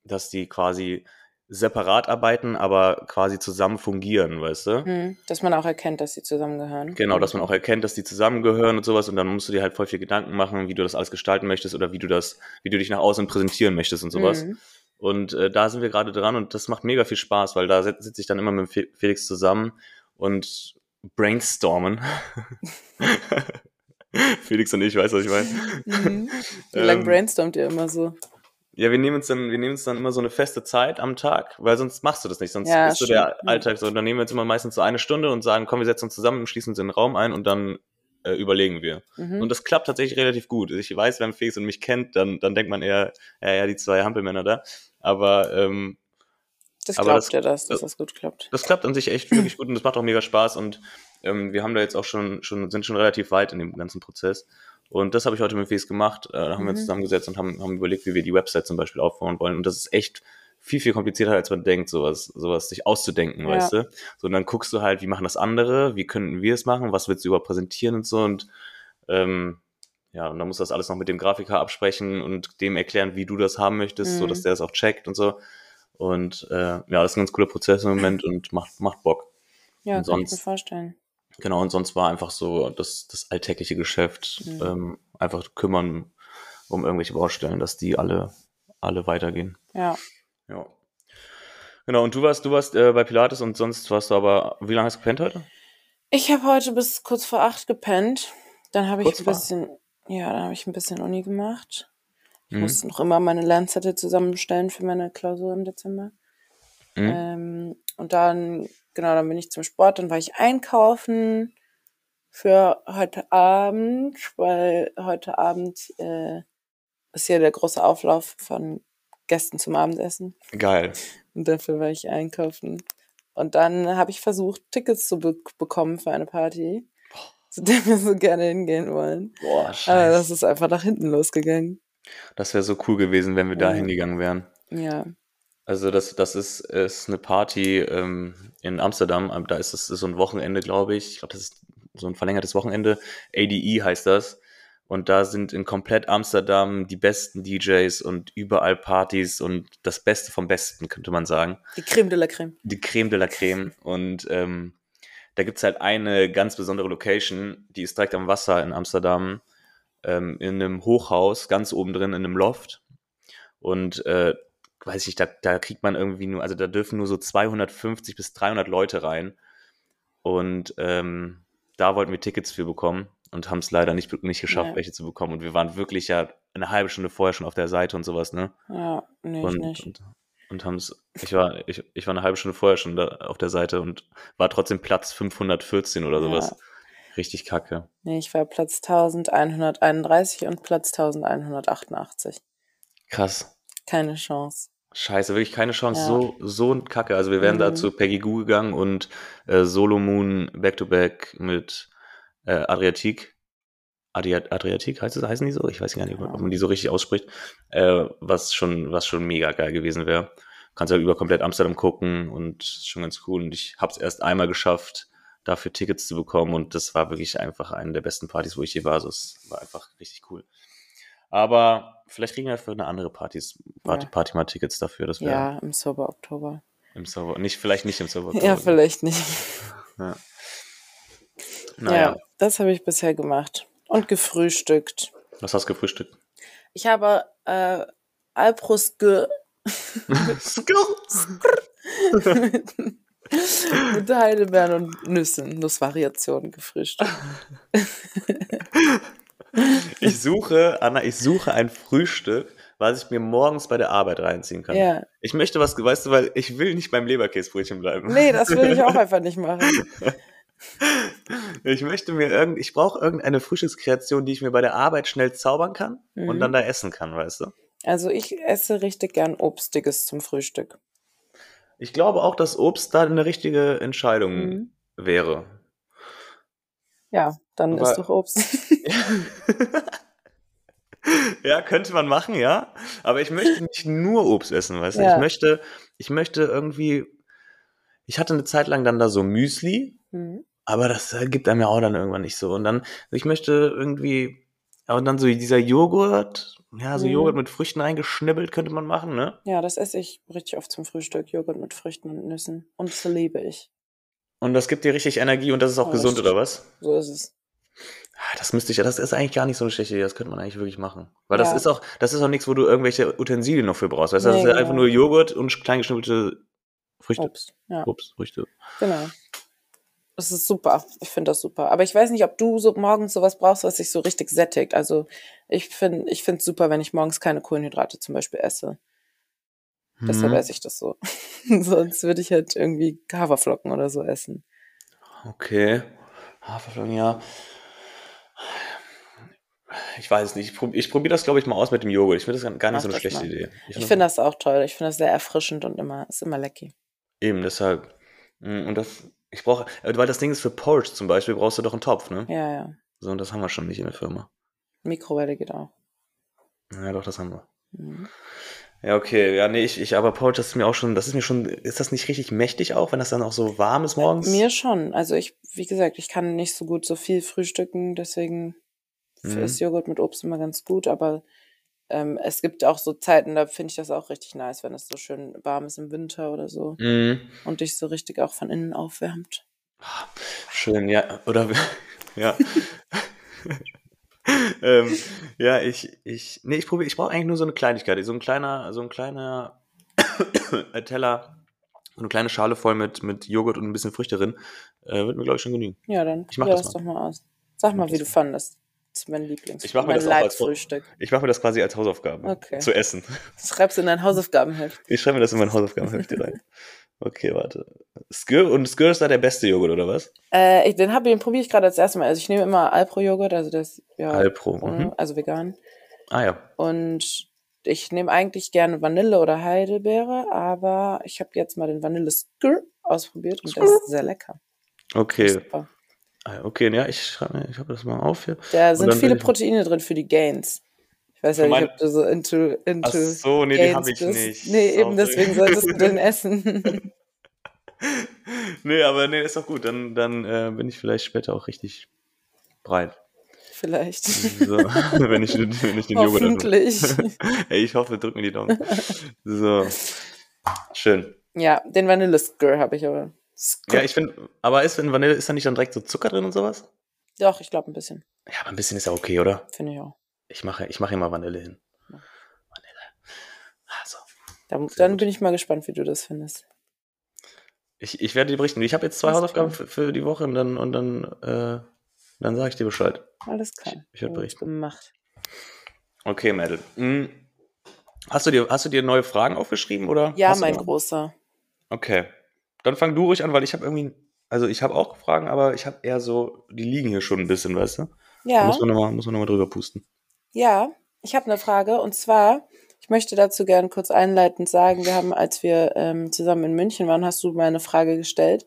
Speaker 1: dass die quasi separat arbeiten, aber quasi zusammen fungieren, weißt du?
Speaker 2: Mhm. Dass man auch erkennt, dass sie zusammengehören.
Speaker 1: Genau, dass man auch erkennt, dass die zusammengehören und sowas und dann musst du dir halt voll viel Gedanken machen, wie du das alles gestalten möchtest oder wie du das, wie du dich nach außen präsentieren möchtest und sowas.
Speaker 2: Mhm.
Speaker 1: Und äh, da sind wir gerade dran und das macht mega viel Spaß, weil da sit- sitze ich dann immer mit Fe- Felix zusammen und brainstormen. Felix und ich, weiß, was ich meine.
Speaker 2: Mhm. Wie lange
Speaker 1: Ähm,
Speaker 2: brainstormt ihr immer so?
Speaker 1: Ja, wir nehmen uns dann, wir nehmen uns dann immer so eine feste Zeit am Tag, weil sonst machst du das nicht, sonst
Speaker 2: Ja,
Speaker 1: ist so der
Speaker 2: stimmt.
Speaker 1: Alltag so. Und dann nehmen wir uns immer meistens so eine Stunde und sagen, komm, wir setzen uns zusammen, schließen uns in den Raum ein und dann äh, überlegen wir.
Speaker 2: Mhm.
Speaker 1: Und das klappt tatsächlich relativ gut. Ich weiß, wenn Felix und mich kennt, dann, dann denkt man eher, ja, ja, die zwei Hampelmänner da. Aber ähm,
Speaker 2: das
Speaker 1: aber
Speaker 2: glaubt
Speaker 1: das- äh,
Speaker 2: ihr das, dass das gut klappt.
Speaker 1: das klappt an sich echt wirklich gut und das macht auch mega Spaß und ähm, wir haben da jetzt auch schon, schon, sind schon relativ weit in dem ganzen Prozess. Und das habe ich heute mit Fes gemacht. Äh, da haben wir
Speaker 2: Mhm.
Speaker 1: uns zusammengesetzt und haben, haben überlegt, wie wir die Website zum Beispiel aufbauen wollen. Und das ist echt viel, viel komplizierter, als man denkt, sowas, sowas sich auszudenken,
Speaker 2: Ja.
Speaker 1: weißt du? So, und dann guckst du halt, wie machen das andere, wie könnten wir es machen, was willst du überhaupt präsentieren und so. Und ähm, ja, und dann musst du das alles noch mit dem Grafiker absprechen und dem erklären, wie du das haben möchtest,
Speaker 2: Mhm.
Speaker 1: so dass der es auch checkt und so. Und äh, ja, das ist ein ganz cooler Prozess im Moment und macht, macht Bock.
Speaker 2: Ja,
Speaker 1: und
Speaker 2: kann ich mir
Speaker 1: sonst-
Speaker 2: vorstellen.
Speaker 1: Genau, und sonst war einfach so das, das alltägliche Geschäft,
Speaker 2: Mhm.
Speaker 1: ähm, einfach kümmern um irgendwelche Baustellen, dass die alle, alle weitergehen.
Speaker 2: Ja.
Speaker 1: Ja. Genau, und du warst, du warst äh, bei Pilates und sonst warst du aber, wie lange hast du gepennt heute?
Speaker 2: Ich habe heute bis kurz vor acht gepennt. Dann habe ich
Speaker 1: Kurz
Speaker 2: ein
Speaker 1: vor
Speaker 2: bisschen, ja, dann habe ich ein bisschen Uni gemacht. Ich
Speaker 1: Mhm.
Speaker 2: muss noch immer meine Lernzettel zusammenstellen für meine Klausur im Dezember.
Speaker 1: Mhm.
Speaker 2: Ähm, und dann, genau, dann bin ich zum Sport, dann war ich einkaufen für heute Abend, weil heute Abend äh, ist hier der große Auflauf von Gästen zum Abendessen.
Speaker 1: Geil.
Speaker 2: Und dafür war ich einkaufen. Und dann habe ich versucht, Tickets zu be bekommen für eine Party, zu der wir so gerne hingehen wollen.
Speaker 1: Boah,
Speaker 2: Aber
Speaker 1: scheiße.
Speaker 2: das ist einfach nach hinten losgegangen.
Speaker 1: Das wäre so cool gewesen, wenn wir da
Speaker 2: Ja.
Speaker 1: hingegangen wären.
Speaker 2: Ja.
Speaker 1: Also das, das ist, ist eine Party ähm, in Amsterdam. Ähm, Da ist es ist so ein Wochenende, glaube ich. Ich glaube, das ist so ein verlängertes Wochenende. ADE heißt das. Und da sind in komplett Amsterdam die besten DJs und überall Partys und das Beste vom Besten, könnte man sagen.
Speaker 2: Die Creme de la Creme.
Speaker 1: Die Creme de la Creme. Und ähm, da gibt es halt eine ganz besondere Location, die ist direkt am Wasser in Amsterdam, ähm, in einem Hochhaus, ganz oben drin, in einem Loft. Und äh, weiß ich nicht, da, da kriegt man irgendwie nur, also da dürfen nur so 250 bis 300 Leute rein. Und ähm, da wollten wir Tickets für bekommen und haben es leider nicht, nicht geschafft,
Speaker 2: Nee.
Speaker 1: welche zu bekommen. Und wir waren wirklich ja eine halbe Stunde vorher schon auf der Seite und sowas, ne?
Speaker 2: Ja, nee, ich
Speaker 1: und,
Speaker 2: nicht.
Speaker 1: Und, und haben es, ich war, ich, ich war eine halbe Stunde vorher schon da auf der Seite und war trotzdem Platz 514 oder sowas.
Speaker 2: Ja.
Speaker 1: Richtig kacke.
Speaker 2: Nee, ich war Platz 1131 und Platz 1188.
Speaker 1: Krass.
Speaker 2: Keine Chance.
Speaker 1: Scheiße, wirklich keine Chance.
Speaker 2: Ja.
Speaker 1: So, so ein Kacke. Also wir wären
Speaker 2: Mhm.
Speaker 1: da zu Peggy Goo gegangen und äh, Solo Moon Back-to-Back mit äh, Adriatik. Adria- Adriatik heißt es, heißen die so? Ich weiß gar nicht, ob man die so richtig ausspricht. Äh, was schon, was schon mega geil gewesen wäre. Kannst ja über komplett Amsterdam gucken und ist schon ganz cool. Und ich habe es erst einmal geschafft, dafür Tickets zu bekommen. Und das war wirklich einfach eine der besten Partys, wo ich je war. Also es war einfach richtig cool. Aber vielleicht kriegen wir für eine andere Partys, Party,
Speaker 2: Ja.
Speaker 1: Party mal Tickets dafür. Das wäre
Speaker 2: Ja, im Sober Oktober.
Speaker 1: im Server. Nicht, vielleicht nicht im Server.
Speaker 2: Ja, vielleicht nicht.
Speaker 1: Naja,
Speaker 2: Ja, das habe ich bisher gemacht. Und gefrühstückt.
Speaker 1: was hast du gefrühstückt?
Speaker 2: Ich habe äh, Alprost ge mit, mit Heidelbeeren und Nüssen, Nussvariationen gefrühstückt.
Speaker 1: ich suche, Anna, ich suche ein Frühstück, was ich mir morgens bei der Arbeit reinziehen kann.
Speaker 2: Ja.
Speaker 1: Ich möchte was, weißt du, weil ich will nicht beim Leberkäsebrötchen bleiben.
Speaker 2: Nee, das will ich auch einfach nicht machen.
Speaker 1: Ich möchte mir irgend, ich brauche irgendeine Frühstückskreation, die ich mir bei der Arbeit schnell zaubern kann und
Speaker 2: Mhm.
Speaker 1: dann da essen kann, weißt du?
Speaker 2: Also ich esse richtig gern Obstiges zum Frühstück.
Speaker 1: Ich glaube auch, dass Obst da eine richtige Entscheidung
Speaker 2: Mhm.
Speaker 1: wäre.
Speaker 2: Ja, dann
Speaker 1: Aber-
Speaker 2: ist doch Obst.
Speaker 1: Ja, könnte man machen, ja. Aber ich möchte nicht nur Obst essen, weißt du?
Speaker 2: Ja.
Speaker 1: Ich möchte, ich möchte irgendwie. Ich hatte eine Zeit lang dann da so Müsli,
Speaker 2: Mhm.
Speaker 1: aber das äh, gibt einem ja auch dann irgendwann nicht so. Und dann, ich möchte irgendwie, ja, und dann so dieser Joghurt, ja, so
Speaker 2: Mhm.
Speaker 1: Joghurt mit Früchten reingeschnibbelt könnte man machen, ne?
Speaker 2: Ja, das esse ich richtig oft zum Frühstück. Joghurt mit Früchten und Nüssen. Und das liebe ich.
Speaker 1: Und das gibt dir richtig Energie und das ist auch
Speaker 2: Ja,
Speaker 1: gesund,
Speaker 2: richtig.
Speaker 1: oder was?
Speaker 2: So ist es.
Speaker 1: Ah, Das müsste ich, das ist eigentlich gar nicht so eine schlechte Idee, das könnte man eigentlich wirklich machen. Weil das
Speaker 2: Ja.
Speaker 1: ist auch, das ist auch nichts, wo du irgendwelche Utensilien noch für brauchst. Weißt du, das
Speaker 2: Nee,
Speaker 1: ist ja
Speaker 2: genau.
Speaker 1: einfach nur Joghurt und kleingeschnippelte Früchte.
Speaker 2: Obst. Ja,
Speaker 1: Ups, Früchte.
Speaker 2: genau. Das ist super. Ich finde das super. Aber ich weiß nicht, ob du so morgens sowas brauchst, was dich so richtig sättigt. Also ich finde ich finde super, wenn ich morgens keine Kohlenhydrate zum Beispiel esse. Deshalb
Speaker 1: Hm,
Speaker 2: esse ich das so. Sonst würde ich halt irgendwie Haferflocken oder so essen.
Speaker 1: Okay. Haferflocken, ja. Ich weiß es nicht. Ich, prob, ich probiere das, glaube ich, mal aus mit dem Joghurt. Ich finde das gar- gar nicht
Speaker 2: Mach
Speaker 1: so eine
Speaker 2: das
Speaker 1: schlechte
Speaker 2: mal.
Speaker 1: Idee.
Speaker 2: Ich finde das auch toll. Ich finde das sehr erfrischend und immer, ist immer lecky.
Speaker 1: Eben, deshalb. Mm, Und das, ich brauche, äh, weil das Ding ist für Porridge zum Beispiel, brauchst du doch einen Topf, ne?
Speaker 2: Ja, ja.
Speaker 1: So, und das haben wir schon nicht in der Firma.
Speaker 2: Mikrowelle geht auch.
Speaker 1: Ja, doch, das haben wir.
Speaker 2: Mhm.
Speaker 1: Ja, okay. Ja, nee, ich, ich aber Porridge, das ist mir auch schon, das ist mir schon, ist das nicht richtig mächtig auch, wenn das dann auch so warm ist morgens?
Speaker 2: Mir schon. Also ich, wie gesagt, ich kann nicht so gut so viel frühstücken, deswegen
Speaker 1: Mhm.
Speaker 2: ist Joghurt mit Obst immer ganz gut, aber ähm, es gibt auch so Zeiten, da finde ich das auch richtig nice, wenn es so schön warm ist im Winter oder so
Speaker 1: Mhm.
Speaker 2: und dich so richtig auch von innen aufwärmt.
Speaker 1: Schön, ja. Oder ja. ähm, ja, ich, ich, nee, ich probiere, ich brauche eigentlich nur so eine Kleinigkeit, so ein kleiner, so ein kleiner äh, Teller, so eine kleine Schale voll mit, mit Joghurt und ein bisschen Früchte drin, äh, wird mir glaube ich schon genügen.
Speaker 2: Ja, dann
Speaker 1: Ich mach
Speaker 2: probier
Speaker 1: das
Speaker 2: doch mal aus. Sag
Speaker 1: mach
Speaker 2: mal, wie
Speaker 1: das
Speaker 2: du
Speaker 1: mal.
Speaker 2: fandest. Das ist mein Lieblings.
Speaker 1: Ich mach mir
Speaker 2: mein
Speaker 1: das auch als Vor-
Speaker 2: Leitfrühstück.
Speaker 1: Ich mache mir das quasi als Hausaufgabe
Speaker 2: Okay.
Speaker 1: zu essen.
Speaker 2: Schreib's in dein Hausaufgabenheft.
Speaker 1: Ich schreibe mir das in mein Hausaufgabenheft rein. Okay, warte. Skir und Skir ist da der beste Joghurt oder was?
Speaker 2: Äh, ich, den hab, den probiere ich gerade als erstes Mal. Also ich nehme immer Alpro-Joghurt, also das ja,
Speaker 1: Alpro.
Speaker 2: ohne-
Speaker 1: Mhm.
Speaker 2: also vegan.
Speaker 1: Ah ja.
Speaker 2: Und ich nehme eigentlich gerne Vanille oder Heidelbeere, aber ich habe jetzt mal den vanille Skr ausprobiert und der ist sehr lecker.
Speaker 1: Okay.
Speaker 2: Super.
Speaker 1: Ah, Okay, ja, ich schreibe mir, ich habe das mal auf hier.
Speaker 2: Da
Speaker 1: dann
Speaker 2: sind
Speaker 1: bin
Speaker 2: viele
Speaker 1: ich-
Speaker 2: Proteine drin für die Gains. Ich weiß ja
Speaker 1: Für
Speaker 2: nicht,
Speaker 1: meine-
Speaker 2: ob du so into, into
Speaker 1: Ach so, nee, die
Speaker 2: Gains
Speaker 1: habe ich
Speaker 2: bist.
Speaker 1: nicht.
Speaker 2: Nee,
Speaker 1: Sorry.
Speaker 2: eben deswegen solltest du den essen.
Speaker 1: Nee, aber nee, ist doch gut. Dann, dann äh, bin ich vielleicht später auch richtig breit.
Speaker 2: Vielleicht.
Speaker 1: So, wenn, ich, wenn ich den Joghurt öffne.
Speaker 2: Hoffentlich.
Speaker 1: Ey, ich hoffe, drück mir die Daumen. So. Schön.
Speaker 2: ja, den vanille Skr habe ich aber. Skr.
Speaker 1: Ja, ich finde, aber ist in Vanille, ist da nicht dann direkt so Zucker drin und sowas?
Speaker 2: Doch, ich glaube ein bisschen.
Speaker 1: Ja, aber ein bisschen ist ja okay, oder?
Speaker 2: Finde ich auch.
Speaker 1: Ich mache, ich mache immer Vanille hin. Vanille. Also,
Speaker 2: Dann,
Speaker 1: Sehr
Speaker 2: dann
Speaker 1: gut.
Speaker 2: bin ich mal gespannt, wie du das findest.
Speaker 1: ich, ich werde dir berichten. Ich habe jetzt zwei
Speaker 2: Alles
Speaker 1: Hausaufgaben für, für die Woche und dann, und dann, äh, dann sage ich dir Bescheid.
Speaker 2: Alles klar.
Speaker 1: Ich- ich werd
Speaker 2: Gut
Speaker 1: berichten.
Speaker 2: gemacht.
Speaker 1: Okay, Mädel. Hm. Hast du dir, hast du dir neue Fragen aufgeschrieben oder?
Speaker 2: Ja,
Speaker 1: hast du
Speaker 2: mein
Speaker 1: noch-
Speaker 2: Großer.
Speaker 1: Okay. Dann fang du ruhig an, weil ich habe irgendwie, also ich habe auch Fragen, aber ich habe eher so, die liegen hier schon ein bisschen, weißt du? Da
Speaker 2: Ja,
Speaker 1: Muss man nochmal, muss man noch mal drüber pusten.
Speaker 2: ja, ich habe eine Frage und zwar, ich möchte dazu gerne kurz einleitend sagen, wir haben, als wir ähm, zusammen in München waren, hast du mal eine Frage gestellt,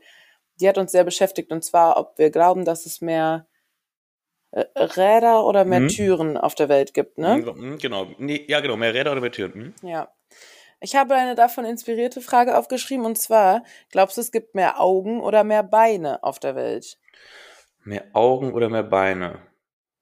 Speaker 2: die hat uns sehr beschäftigt und zwar, ob wir glauben, dass es mehr äh, Räder oder mehr
Speaker 1: Mhm.
Speaker 2: Türen auf der Welt gibt, ne?
Speaker 1: Hm, Genau. Nee, ja, genau. Mehr Räder oder mehr Türen? Hm?
Speaker 2: Ja. Ich habe eine davon inspirierte Frage aufgeschrieben und zwar, glaubst du, es gibt mehr Augen oder mehr Beine auf der Welt?
Speaker 1: Mehr Augen oder mehr Beine?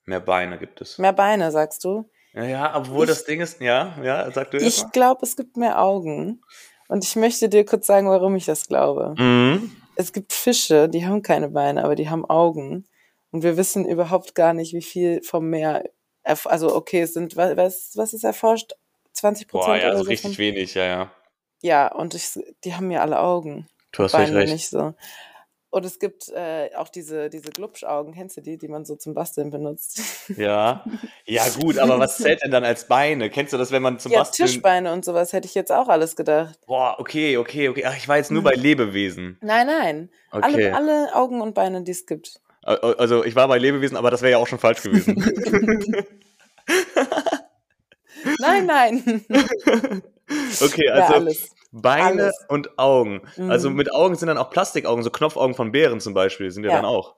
Speaker 1: Mehr Beine gibt es.
Speaker 2: Mehr Beine, sagst du?
Speaker 1: Ja, obwohl
Speaker 2: Ich-
Speaker 1: das Ding ist, ja, ja, sag du erst
Speaker 2: Ich glaube, es gibt mehr Augen. Und ich möchte dir kurz sagen, warum ich das glaube.
Speaker 1: mal. Mhm.
Speaker 2: Es gibt Fische, die haben keine Beine, aber die haben Augen. Und wir wissen überhaupt gar nicht, wie viel vom Meer. erf- Also, okay, es sind, wa- was, was ist erforscht? 20
Speaker 1: Boah,
Speaker 2: Prozent
Speaker 1: ja,
Speaker 2: oder
Speaker 1: also
Speaker 2: so.
Speaker 1: richtig
Speaker 2: Von,
Speaker 1: wenig, ja, ja.
Speaker 2: ja, und ich, die haben ja alle Augen.
Speaker 1: Du hast völlig
Speaker 2: Beine
Speaker 1: recht.
Speaker 2: nicht so. Und es gibt äh, auch diese, diese Glubschaugen, kennst du die, die man so zum Basteln benutzt?
Speaker 1: Ja. Ja, gut, aber was zählt denn dann als Beine? Kennst du das, wenn man zum
Speaker 2: ja,
Speaker 1: Basteln.
Speaker 2: Tischbeine und sowas hätte ich jetzt auch alles gedacht.
Speaker 1: Boah, okay, okay, okay. Ach, ich war jetzt nur bei Lebewesen.
Speaker 2: Nein, nein.
Speaker 1: Okay.
Speaker 2: Mhm. Alle, alle Augen und Beine, die es gibt.
Speaker 1: Al- Also, ich war bei Lebewesen, aber das wäre ja auch schon falsch gewesen.
Speaker 2: Nein, nein.
Speaker 1: Okay,
Speaker 2: ja,
Speaker 1: also
Speaker 2: alles.
Speaker 1: Beine
Speaker 2: alles.
Speaker 1: und Augen. Also,
Speaker 2: Mhm.
Speaker 1: mit Augen sind dann auch Plastikaugen, so Knopfaugen von Bären zum Beispiel sind ja,
Speaker 2: Ja.
Speaker 1: dann auch.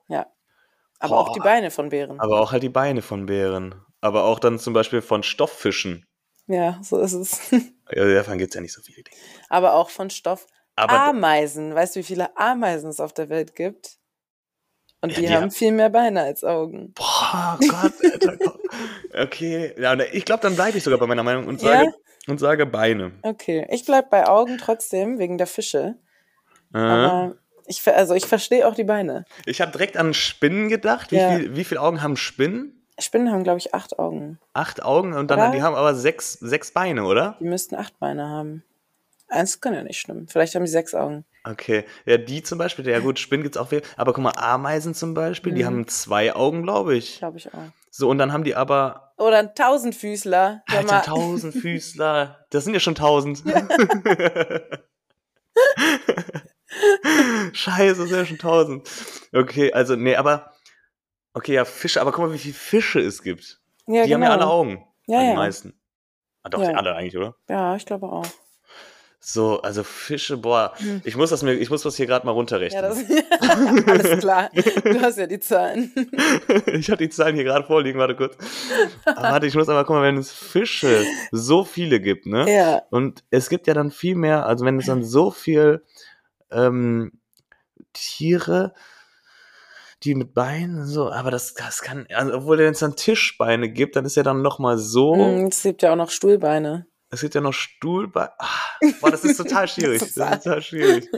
Speaker 2: Aber auch die
Speaker 1: Boah.
Speaker 2: Beine von Bären.
Speaker 1: Aber auch halt die Beine von Bären. Aber auch dann zum Beispiel von Stofffischen.
Speaker 2: Ja, so ist es.
Speaker 1: Ja, davon gibt es ja nicht so viele Dinge.
Speaker 2: Aber auch von Stoff.
Speaker 1: Aber
Speaker 2: Ameisen. Weißt du, wie viele Ameisen es auf der Welt gibt? Und
Speaker 1: Ja,
Speaker 2: die,
Speaker 1: die ha-
Speaker 2: haben viel mehr Beine als Augen.
Speaker 1: Boah, oh Gott, Alter, komm. Okay, ja, und ich glaube, dann bleibe ich sogar bei meiner Meinung und sage, und sage Beine.
Speaker 2: Okay. Ich bleib bei Augen trotzdem, wegen der Fische.
Speaker 1: Äh,
Speaker 2: Aber Ich, ver- also ich verstehe auch die Beine.
Speaker 1: Ich habe direkt an Spinnen gedacht. Wie,
Speaker 2: Ja.
Speaker 1: viel, wie viele Augen haben Spinnen?
Speaker 2: Spinnen haben, glaube ich, acht Augen.
Speaker 1: Acht Augen und dann,
Speaker 2: Oder?
Speaker 1: die haben aber sechs, sechs Beine, oder?
Speaker 2: Die müssten acht Beine haben. Eins kann ja nicht stimmen. Vielleicht haben die sechs Augen.
Speaker 1: Okay. Ja, die zum Beispiel, ja gut, Spinnen gibt's auch viel. Aber guck mal, Ameisen zum Beispiel, die
Speaker 2: Mhm.
Speaker 1: haben zwei Augen, glaube ich.
Speaker 2: Glaube ich auch.
Speaker 1: So, und dann haben die aber,
Speaker 2: Oder ein Tausendfüßler. Sag
Speaker 1: Alter,
Speaker 2: mal,
Speaker 1: Tausendfüßler. Das sind ja schon tausend. Scheiße, das sind ja schon tausend. Okay, also, nee, aber, okay, ja, Fische, aber guck mal, wie viele Fische es gibt.
Speaker 2: ja, genau.
Speaker 1: die haben ja alle Augen.
Speaker 2: Ja,
Speaker 1: also
Speaker 2: ja.
Speaker 1: Die meisten. Ah, doch,
Speaker 2: Ja.
Speaker 1: alle eigentlich, oder?
Speaker 2: Ja, ich glaube auch.
Speaker 1: So, also Fische, boah.
Speaker 2: Hm.
Speaker 1: Ich muss das mir, ich muss das hier gerade mal runterrechnen.
Speaker 2: Ja, das, alles klar. Du hast ja die Zahlen.
Speaker 1: ich hatte die Zahlen hier gerade vorliegen, warte kurz. Aber warte, ich muss aber gucken, wenn es Fische so viele gibt, ne?
Speaker 2: Ja,
Speaker 1: Und es gibt ja dann viel mehr, also wenn es dann so viel ähm, Tiere, die mit Beinen so, aber das, das kann, also obwohl wenn es dann Tischbeine gibt, dann ist ja dann nochmal so,
Speaker 2: Mm, es gibt ja auch noch Stuhlbeine.
Speaker 1: es gibt ja noch Stuhlbeine. Ah, boah, das ist total schwierig. das ist
Speaker 2: Total.
Speaker 1: total schwierig.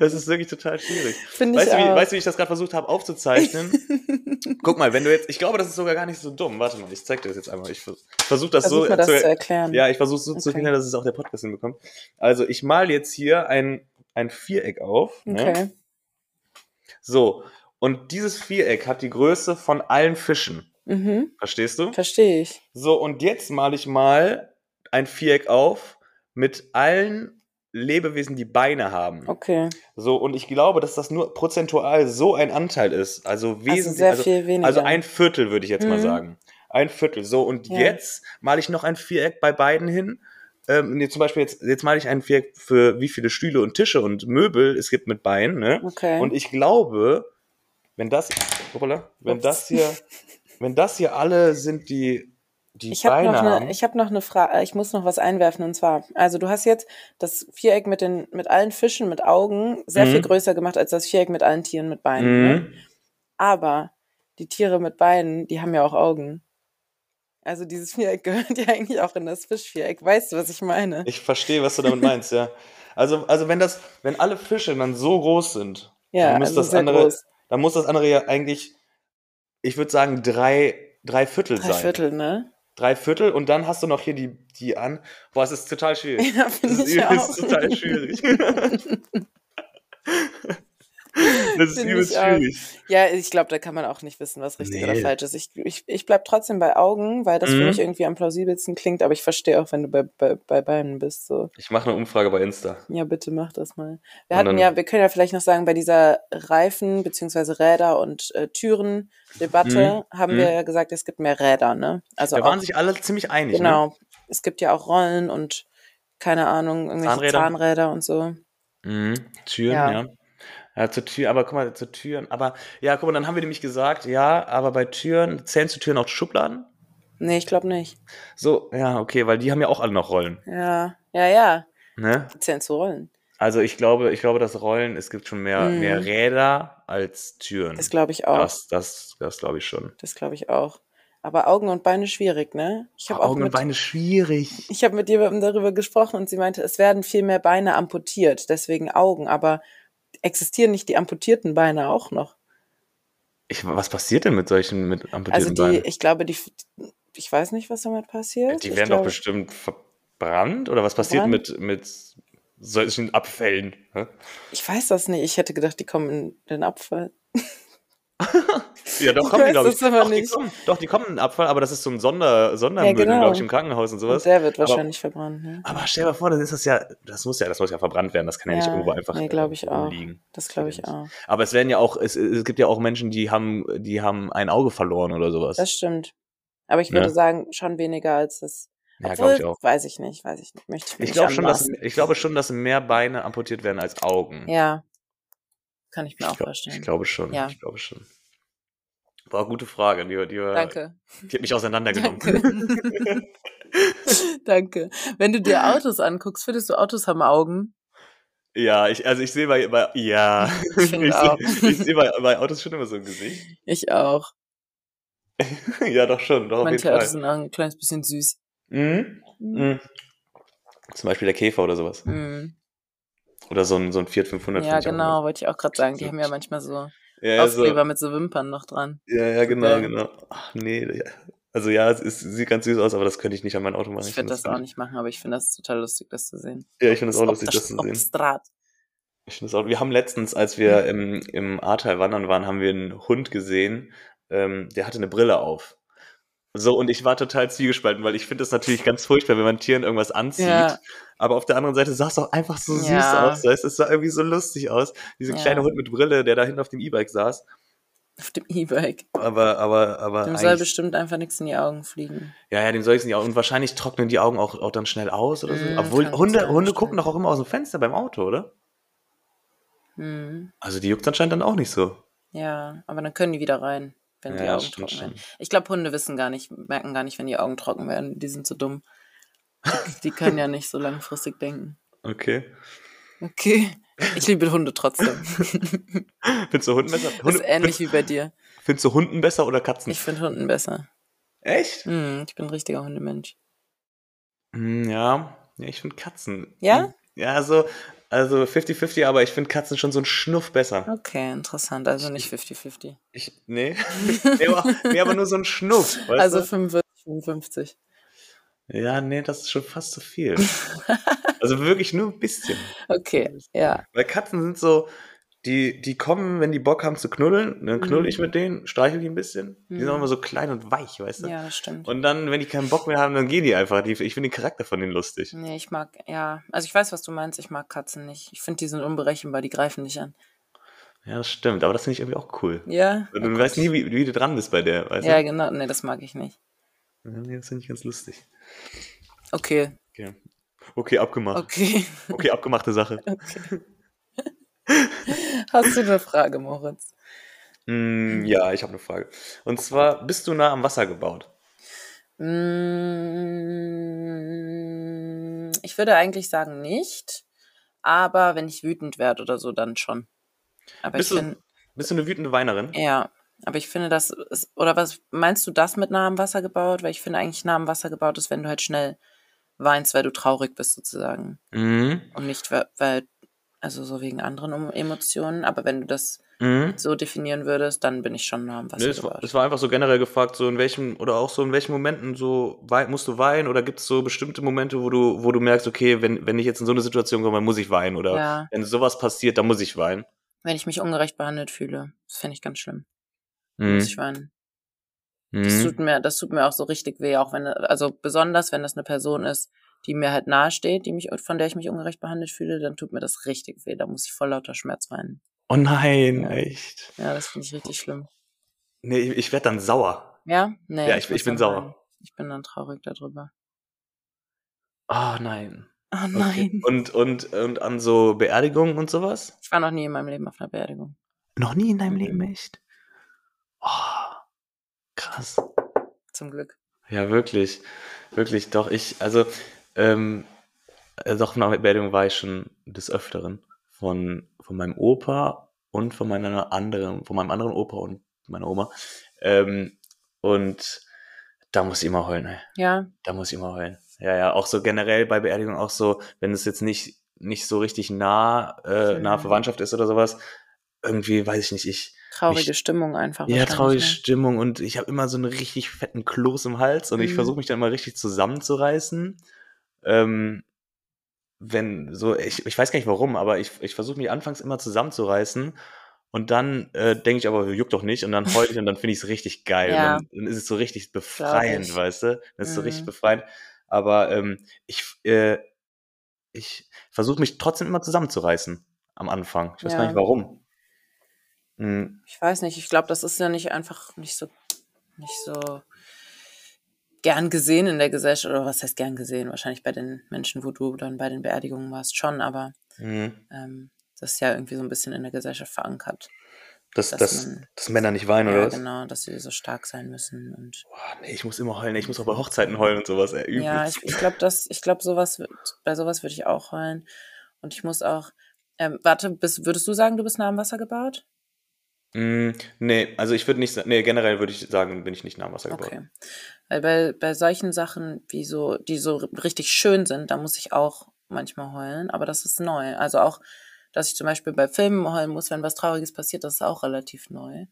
Speaker 1: Das ist wirklich total schwierig.
Speaker 2: Finde ich
Speaker 1: Weißt du, wie,
Speaker 2: auch.
Speaker 1: weißt du, wie ich das gerade versucht habe aufzuzeichnen? Guck mal, wenn du jetzt, ich glaube, das ist sogar gar nicht so dumm. Warte mal, ich zeig dir das jetzt einmal. Ich versuche das
Speaker 2: Versuch
Speaker 1: so
Speaker 2: mal das zu erklären.
Speaker 1: Ja, ich versuche so zu
Speaker 2: Okay.
Speaker 1: hindern, dass es auch der Podcast hinbekommt. Also, ich mal jetzt hier ein, ein Viereck auf. Ne?
Speaker 2: okay.
Speaker 1: So, und dieses Viereck hat die Größe von allen Fischen.
Speaker 2: Mhm.
Speaker 1: Verstehst du?
Speaker 2: Verstehe ich.
Speaker 1: So, und jetzt male ich mal ein Viereck auf mit allen Lebewesen, die Beine haben.
Speaker 2: Okay.
Speaker 1: So, und ich glaube, dass das nur prozentual so ein Anteil ist. Also
Speaker 2: Also
Speaker 1: wesentlich.
Speaker 2: sehr
Speaker 1: Also,
Speaker 2: viel weniger.
Speaker 1: also ein Viertel, würde ich jetzt mal
Speaker 2: Mhm.
Speaker 1: sagen. Ein Viertel. So, und
Speaker 2: Ja.
Speaker 1: jetzt male ich noch ein Viereck bei beiden hin. Ähm, nee, zum Beispiel, jetzt, jetzt male ich ein Viereck für wie viele Stühle und Tische und Möbel es gibt mit Beinen. Ne?
Speaker 2: okay.
Speaker 1: Und ich glaube, wenn das. Hoppala, wenn
Speaker 2: Ups.
Speaker 1: das hier. Wenn das hier alle sind, die, die
Speaker 2: ich habe
Speaker 1: Beine
Speaker 2: noch
Speaker 1: haben.
Speaker 2: eine, ich habe noch eine Frage. Ich muss noch was einwerfen und zwar, also du hast jetzt das Viereck mit den mit allen Fischen mit Augen sehr
Speaker 1: Mhm.
Speaker 2: viel größer gemacht als das Viereck mit allen Tieren mit Beinen. Ne?
Speaker 1: mhm.
Speaker 2: Aber die Tiere mit Beinen, die haben ja auch Augen. Also dieses Viereck gehört ja eigentlich auch in das Fischviereck. Weißt du, was ich meine?
Speaker 1: Ich verstehe, was du damit meinst, ja. Also, also wenn das, wenn alle Fische dann so groß sind,
Speaker 2: ja,
Speaker 1: dann muss
Speaker 2: also
Speaker 1: das
Speaker 2: sehr
Speaker 1: andere,
Speaker 2: groß.
Speaker 1: dann muss das andere ja eigentlich, ich würde sagen, drei, drei Viertel
Speaker 2: Drei
Speaker 1: sein.
Speaker 2: Viertel, ne?
Speaker 1: Drei Viertel und dann hast du noch hier die, die an. Boah, es ist total schwierig.
Speaker 2: Ja,
Speaker 1: Es
Speaker 2: finde
Speaker 1: ist,
Speaker 2: ich auch.
Speaker 1: übelst total schwierig. das ist
Speaker 2: Find
Speaker 1: übelst
Speaker 2: ich auch.
Speaker 1: schwierig.
Speaker 2: Ja, ich glaube, da kann man auch nicht wissen, was richtig oder
Speaker 1: Nee.
Speaker 2: falsch ist. Ich, ich, ich bleib trotzdem bei Augen, weil das für
Speaker 1: Mhm.
Speaker 2: mich irgendwie am plausibelsten klingt, aber ich verstehe auch, wenn du bei, bei, bei Beinen bist. So.
Speaker 1: Ich mache eine Umfrage bei Insta.
Speaker 2: Ja, bitte mach das mal. Wir
Speaker 1: Und
Speaker 2: hatten
Speaker 1: dann-
Speaker 2: ja, wir können ja vielleicht noch sagen, bei dieser Reifen beziehungsweise Räder und äh, Türen Debatte haben
Speaker 1: mhm.
Speaker 2: wir ja gesagt, es gibt mehr Räder, ne? Also
Speaker 1: Da waren
Speaker 2: auch,
Speaker 1: sich alle ziemlich einig. ne?
Speaker 2: genau. Es gibt ja auch Rollen und keine Ahnung, irgendwelche
Speaker 1: Zahnräder.
Speaker 2: Zahnräder, und so.
Speaker 1: Mhm. Türen, ja.
Speaker 2: Ja.
Speaker 1: ja. zur Tür, aber guck mal, zu Türen. Aber ja, guck mal, dann haben wir nämlich gesagt, ja, aber bei Türen, zählen zu Türen auch Schubladen?
Speaker 2: Nee, ich glaube nicht.
Speaker 1: So, ja, okay, weil die haben ja auch alle noch Rollen.
Speaker 2: Ja, ja, ja.
Speaker 1: Ne?
Speaker 2: Zählen zu Rollen.
Speaker 1: Also ich glaube, ich glaube, dass Rollen, es gibt schon mehr,
Speaker 2: Mhm.
Speaker 1: mehr Räder als Türen.
Speaker 2: Das glaube ich auch.
Speaker 1: Das, das, das glaube ich schon.
Speaker 2: Das glaube ich auch. Aber Augen und Beine schwierig, ne? Ich habe auch
Speaker 1: Augen und
Speaker 2: mit,
Speaker 1: Beine schwierig.
Speaker 2: ich habe mit jemandem darüber gesprochen und sie meinte, es werden viel mehr Beine amputiert, deswegen Augen, aber existieren nicht die amputierten Beine auch noch?
Speaker 1: Ich, was passiert denn mit solchen mit
Speaker 2: Also
Speaker 1: amputierten
Speaker 2: die,
Speaker 1: Beinen?
Speaker 2: ich glaube, die ich weiß nicht, was damit passiert.
Speaker 1: Die
Speaker 2: Ich
Speaker 1: werden doch
Speaker 2: glaube,
Speaker 1: bestimmt verbrannt oder was passiert
Speaker 2: Verbrannt?
Speaker 1: mit, mit solchen Abfällen? Hä?
Speaker 2: Ich weiß das nicht. Ich hätte gedacht, die kommen in den Abfall.
Speaker 1: Ja, doch
Speaker 2: Ich
Speaker 1: kommen die,
Speaker 2: weiß
Speaker 1: glaube ich.
Speaker 2: das aber
Speaker 1: Doch, Die
Speaker 2: nicht.
Speaker 1: kommen, doch, die kommen in den Abfall, aber das ist so ein Sonder, Sondermüll,
Speaker 2: genau.
Speaker 1: glaube ich, im Krankenhaus und sowas.
Speaker 2: Und der wird
Speaker 1: Aber-
Speaker 2: wahrscheinlich verbrannt, ne?
Speaker 1: Aber stell dir mal vor, das ist das ja, das muss ja, das muss ja verbrannt werden, das kann ja, nicht
Speaker 2: Ja,
Speaker 1: irgendwo einfach
Speaker 2: nee, glaub ich
Speaker 1: äh,
Speaker 2: auch.
Speaker 1: rumliegen.
Speaker 2: Das glaube ich
Speaker 1: Stimmt.
Speaker 2: auch.
Speaker 1: Aber es werden ja auch, es, es gibt ja auch Menschen, die haben, die haben ein Auge verloren oder sowas.
Speaker 2: Das stimmt. Aber ich
Speaker 1: Ne?
Speaker 2: würde sagen, schon weniger als das.
Speaker 1: ja,
Speaker 2: Obwohl,
Speaker 1: glaube ich auch.
Speaker 2: weiß ich nicht, weiß ich nicht. Möchte ich mir
Speaker 1: Ich
Speaker 2: nicht
Speaker 1: glaube schon, dass,
Speaker 2: anmaßen.
Speaker 1: ich glaube schon, dass mehr Beine amputiert werden als Augen.
Speaker 2: Ja. Kann ich mir
Speaker 1: ich,
Speaker 2: auch
Speaker 1: glaub,
Speaker 2: vorstellen.
Speaker 1: ich glaube schon,
Speaker 2: Ja.
Speaker 1: ich glaube schon. Boah, gute Frage, die, die,
Speaker 2: Danke.
Speaker 1: die hat mich auseinandergenommen.
Speaker 2: Danke. Danke. Wenn du dir Autos anguckst, findest du Autos haben Augen?
Speaker 1: Ja, ich, also ich sehe bei, bei ja, ich,
Speaker 2: Ich finde auch.
Speaker 1: seh- ich sehe bei, bei Autos schon immer so ein Gesicht.
Speaker 2: Ich auch.
Speaker 1: ja, doch schon, doch auf
Speaker 2: Manche
Speaker 1: jeden
Speaker 2: Autos
Speaker 1: Fall.
Speaker 2: sind auch ein kleines bisschen süß.
Speaker 1: Mhm. Mhm. Zum Beispiel der Käfer oder sowas.
Speaker 2: Mhm.
Speaker 1: Oder so ein, so ein Fiat 500. find
Speaker 2: Ja,
Speaker 1: ich auch Also
Speaker 2: genau,
Speaker 1: gut.
Speaker 2: wollte ich auch gerade sagen. Die
Speaker 1: Ja.
Speaker 2: haben ja manchmal so
Speaker 1: Ja, so,
Speaker 2: Aufkleber mit so Wimpern noch dran.
Speaker 1: ja, ja genau,
Speaker 2: Ja.
Speaker 1: genau. Ach, nee. Ja. Also ja, es ist, sieht ganz süß aus, aber das könnte ich nicht an mein Auto machen.
Speaker 2: Ich würde das auch
Speaker 1: finde
Speaker 2: nicht machen, aber ich finde das total lustig, das zu sehen.
Speaker 1: Ja, ich finde das auch
Speaker 2: Auf
Speaker 1: lustig,
Speaker 2: der-
Speaker 1: das zu
Speaker 2: auf
Speaker 1: sehen.
Speaker 2: der Straße.
Speaker 1: Ich finde das auch. Wir haben letztens, als
Speaker 2: Hm.
Speaker 1: wir im, im Ahrtal wandern waren, haben wir einen Hund gesehen, ähm, der hatte eine Brille auf. So, und ich war total zwiegespalten, weil ich finde das natürlich ganz furchtbar, wenn man Tieren irgendwas anzieht.
Speaker 2: Ja.
Speaker 1: Aber auf der anderen Seite sah es auch einfach so süß
Speaker 2: Ja.
Speaker 1: aus. Weißt? du, Es sah irgendwie so lustig aus. Dieser
Speaker 2: Ja.
Speaker 1: kleine Hund mit Brille, der da hinten auf dem E-Bike saß.
Speaker 2: Auf dem E-Bike.
Speaker 1: Aber, aber, aber.
Speaker 2: Dem soll
Speaker 1: eigentlich-
Speaker 2: bestimmt einfach nichts in die Augen fliegen.
Speaker 1: Ja, ja, dem soll ich es nicht auch. Und wahrscheinlich trocknen die Augen auch, auch dann schnell aus oder so.
Speaker 2: Mm,
Speaker 1: Obwohl,
Speaker 2: kann
Speaker 1: Hunde,
Speaker 2: sein,
Speaker 1: Hunde
Speaker 2: stimmt.
Speaker 1: gucken doch auch immer aus dem Fenster beim Auto, oder?
Speaker 2: Hm.
Speaker 1: Also die juckt anscheinend dann auch nicht so.
Speaker 2: Ja, aber dann können die wieder rein, wenn die
Speaker 1: Ja,
Speaker 2: Augen
Speaker 1: stimmt
Speaker 2: trocken werden.
Speaker 1: schon.
Speaker 2: Ich glaube, Hunde wissen gar nicht, merken gar nicht, wenn die Augen trocken werden. Die sind so dumm. Die- Die können ja nicht so langfristig denken.
Speaker 1: Okay.
Speaker 2: Okay. Ich liebe Hunde trotzdem.
Speaker 1: Findest du Hunden besser?
Speaker 2: Das
Speaker 1: Hunde,
Speaker 2: ist ähnlich wie bei dir.
Speaker 1: find- Findest du Hunden besser oder Katzen?
Speaker 2: Ich finde Hunden besser.
Speaker 1: Echt?
Speaker 2: Hm, ich bin ein richtiger Hundemensch.
Speaker 1: Hm, ja. ja, ich finde Katzen.
Speaker 2: Ja?
Speaker 1: Ja, also, also 50-50, aber ich finde Katzen schon so ein Schnuff besser.
Speaker 2: Okay, interessant. Also nicht 50-50.
Speaker 1: Ich, nee. nee, aber, nee, aber nur so ein Schnuff. Weißt
Speaker 2: Also
Speaker 1: also,
Speaker 2: 45, 55.
Speaker 1: du? Ja, nee, das ist schon fast zu viel. also wirklich nur ein bisschen.
Speaker 2: Okay, ja.
Speaker 1: Weil Katzen sind so, die, die kommen, wenn die Bock haben zu knuddeln, dann knuddel ich mit denen, streichel die ein bisschen. Die sind auch
Speaker 2: Mhm.
Speaker 1: immer so klein und weich, weißt du?
Speaker 2: Ja, das stimmt.
Speaker 1: Und dann, wenn die keinen Bock mehr haben, dann gehen die einfach. Die, ich finde den Charakter von denen lustig.
Speaker 2: Nee, ich mag, ja. Also ich weiß, was du meinst. Ich mag Katzen nicht. Ich finde, die sind unberechenbar. Die greifen dich an.
Speaker 1: Ja, das stimmt, aber das finde ich irgendwie auch cool.
Speaker 2: Ja?
Speaker 1: Und du weißt nie, wie, wie du dran bist bei der, weißt
Speaker 2: Ja,
Speaker 1: du?
Speaker 2: genau. Nee, das mag ich nicht.
Speaker 1: Ja, nee, das finde ich ganz lustig.
Speaker 2: Okay,
Speaker 1: Okay, okay abgemacht.
Speaker 2: okay,
Speaker 1: Okay. abgemachte Sache.
Speaker 2: okay. Hast du eine Frage, Moritz?
Speaker 1: Mm, ja, ich habe eine Frage. Und zwar, bist du nah am Wasser gebaut?
Speaker 2: Mm, Ich würde eigentlich sagen nicht, aber wenn ich wütend werde oder so, dann schon. Aber
Speaker 1: Bist
Speaker 2: ich
Speaker 1: du-
Speaker 2: finde,
Speaker 1: Bist du eine wütende Weinerin?
Speaker 2: ja, aber ich finde, das ist, oder was meinst du das mit nah am Wasser gebaut? Weil ich finde eigentlich nah am Wasser gebaut ist, wenn du halt schnell weinst, weil du traurig bist sozusagen.
Speaker 1: Mhm.
Speaker 2: Und nicht, weil- weil, also so wegen anderen Um- Emotionen, aber wenn du das
Speaker 1: Mhm.
Speaker 2: so definieren würdest, dann bin ich schon nah am
Speaker 1: Nee,
Speaker 2: Wasser
Speaker 1: es, war,
Speaker 2: gebaut.
Speaker 1: es war einfach so generell gefragt, so in welchem, oder auch so in welchen Momenten so wei- musst du weinen oder gibt es so bestimmte Momente, wo du, wo du merkst, okay, wenn, wenn ich jetzt in so eine Situation komme, dann muss ich weinen oder
Speaker 2: Ja,
Speaker 1: wenn sowas passiert, dann muss ich weinen.
Speaker 2: wenn ich mich ungerecht behandelt fühle, das finde ich ganz schlimm.
Speaker 1: Mhm,
Speaker 2: Muss ich weinen. Das tut mir, das tut mir auch so richtig weh, auch wenn, also besonders wenn das eine Person ist, die mir halt nahe steht, die mich, von der ich mich ungerecht behandelt fühle, dann tut mir das richtig weh. Da muss ich voll lauter Schmerz weinen.
Speaker 1: Oh nein,
Speaker 2: Ja.
Speaker 1: echt.
Speaker 2: Ja, das finde ich richtig schlimm.
Speaker 1: Nee, ich, ich werde dann sauer.
Speaker 2: Ja? Nee.
Speaker 1: Ja, ich-
Speaker 2: muss
Speaker 1: ich bin
Speaker 2: dann
Speaker 1: sauer.
Speaker 2: weinen. Ich bin dann traurig darüber.
Speaker 1: Oh nein.
Speaker 2: Oh
Speaker 1: Okay.
Speaker 2: nein.
Speaker 1: Und, und, und an so Beerdigungen und sowas?
Speaker 2: Ich war noch nie in meinem Leben auf einer Beerdigung.
Speaker 1: Noch nie in deinem
Speaker 2: Mhm.
Speaker 1: Leben, echt? Oh, krass.
Speaker 2: Zum Glück.
Speaker 1: Ja, wirklich. Wirklich, doch. Ich, also, ähm, äh, doch, nach Beerdigung war ich schon des Öfteren. Von, von meinem Opa und von meiner anderen, von meinem anderen Opa und meiner Oma. Ähm, und da muss ich immer heulen, ey.
Speaker 2: Ja,
Speaker 1: Da muss ich immer heulen. Ja, ja, auch so generell bei Beerdigung auch so, wenn es jetzt nicht, nicht so richtig nah, äh,
Speaker 2: Mhm.
Speaker 1: nahe Verwandtschaft ist oder sowas, irgendwie, weiß ich nicht, ich,
Speaker 2: traurige
Speaker 1: Ich-
Speaker 2: Stimmung einfach.
Speaker 1: ja,
Speaker 2: wahrscheinlich,
Speaker 1: traurige
Speaker 2: ne?
Speaker 1: Stimmung und ich habe immer so einen richtig fetten Kloß im Hals und ich
Speaker 2: Mhm.
Speaker 1: versuche mich dann mal richtig zusammenzureißen. Ähm, wenn so, ich, ich weiß gar nicht warum, aber ich, ich versuche mich anfangs immer zusammenzureißen und dann äh, denke ich aber, juckt doch nicht und dann heul ich und dann finde ich es richtig geil.
Speaker 2: Ja.
Speaker 1: Und dann, dann ist es so richtig befreiend,
Speaker 2: ich.
Speaker 1: weißt du? Das ist so richtig
Speaker 2: Mhm.
Speaker 1: befreiend. Aber ähm, ich, äh, ich versuche mich trotzdem immer zusammenzureißen am Anfang. Ich weiß gar
Speaker 2: Ja.
Speaker 1: nicht warum. Mhm.
Speaker 2: Ich weiß nicht, ich glaube, das ist ja nicht einfach nicht so, nicht so gern gesehen in der Gesellschaft, oder was heißt gern gesehen? Wahrscheinlich bei den Menschen, wo du dann bei den Beerdigungen warst, schon, aber
Speaker 1: Mhm.
Speaker 2: ähm, das ist ja irgendwie so ein bisschen in der Gesellschaft verankert.
Speaker 1: Dass,
Speaker 2: dass
Speaker 1: dass,
Speaker 2: man-
Speaker 1: dass Männer nicht weinen,
Speaker 2: Ja,
Speaker 1: oder was?
Speaker 2: genau, dass sie so stark sein müssen. Und
Speaker 1: Boah, Ah, nee, ich muss immer heulen, ich muss auch bei Hochzeiten heulen und sowas, ey, übel.
Speaker 2: ja, ich, ich glaube, dass, ich glaube, sowas wird, bei sowas würde ich auch heulen. Und ich muss auch, ähm, warte, bist, würdest du sagen, du bist nah am Wasser gebaut?
Speaker 1: Mm, nee, also ich würde nicht sa- nee, generell würde ich sagen, bin ich nicht nah am Wasser gebaut.
Speaker 2: Okay. Weil bei, bei solchen Sachen, wie so, die so richtig schön sind, da muss ich auch, manchmal heulen, aber das ist neu. Also auch, dass ich zum Beispiel bei Filmen heulen muss, wenn was Trauriges passiert, das ist auch relativ neu.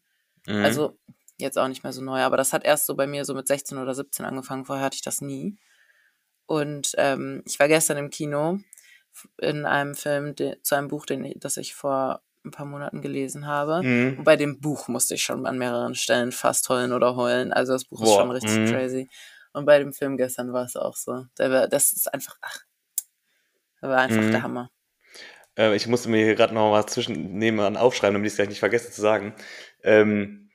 Speaker 1: Mhm.
Speaker 2: Also jetzt auch nicht mehr so neu, aber das hat erst so bei mir so mit 16 oder 17 angefangen. Vorher hatte ich das nie. Und ähm, ich war gestern im Kino f- in einem Film de, zu einem Buch, den, das ich vor ein paar Monaten gelesen habe.
Speaker 1: Mhm.
Speaker 2: Und bei dem Buch musste ich schon an mehreren Stellen fast heulen oder heulen. Also das Buch ist
Speaker 1: Boah,
Speaker 2: schon richtig
Speaker 1: mhm.
Speaker 2: crazy. Und bei dem Film gestern war es auch so. Der war, das ist einfach, ach, der war einfach
Speaker 1: Mhm.
Speaker 2: der Hammer.
Speaker 1: Äh, ich musste mir hier gerade noch was zwischen nebenan aufschreiben, damit ich es gleich nicht vergesse zu sagen. Ähm,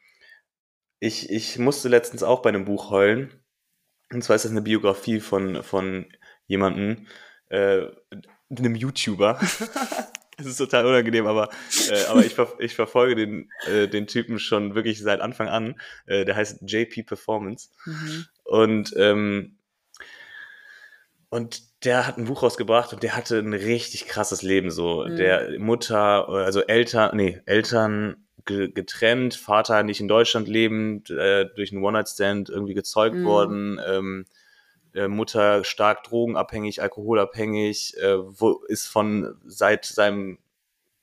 Speaker 1: ich, ich musste letztens auch bei einem Buch heulen. Und zwar ist das eine Biografie von, von jemandem, äh, einem YouTuber. Es ist total unangenehm, aber, äh, aber ich, ver ich verfolge den, äh, den Typen schon wirklich seit Anfang an. Äh, der heißt JP Performance.
Speaker 2: Mhm.
Speaker 1: Und, ähm, und der hat ein Buch rausgebracht und der hatte ein richtig krasses Leben. So,
Speaker 2: Mhm.
Speaker 1: der Mutter, also Eltern, nee, Eltern ge getrennt, Vater nicht in Deutschland lebend, äh, durch einen One-Night-Stand irgendwie gezeugt
Speaker 2: Mhm.
Speaker 1: worden, ähm, äh, Mutter stark drogenabhängig, alkoholabhängig, äh, wo, ist von seit seinem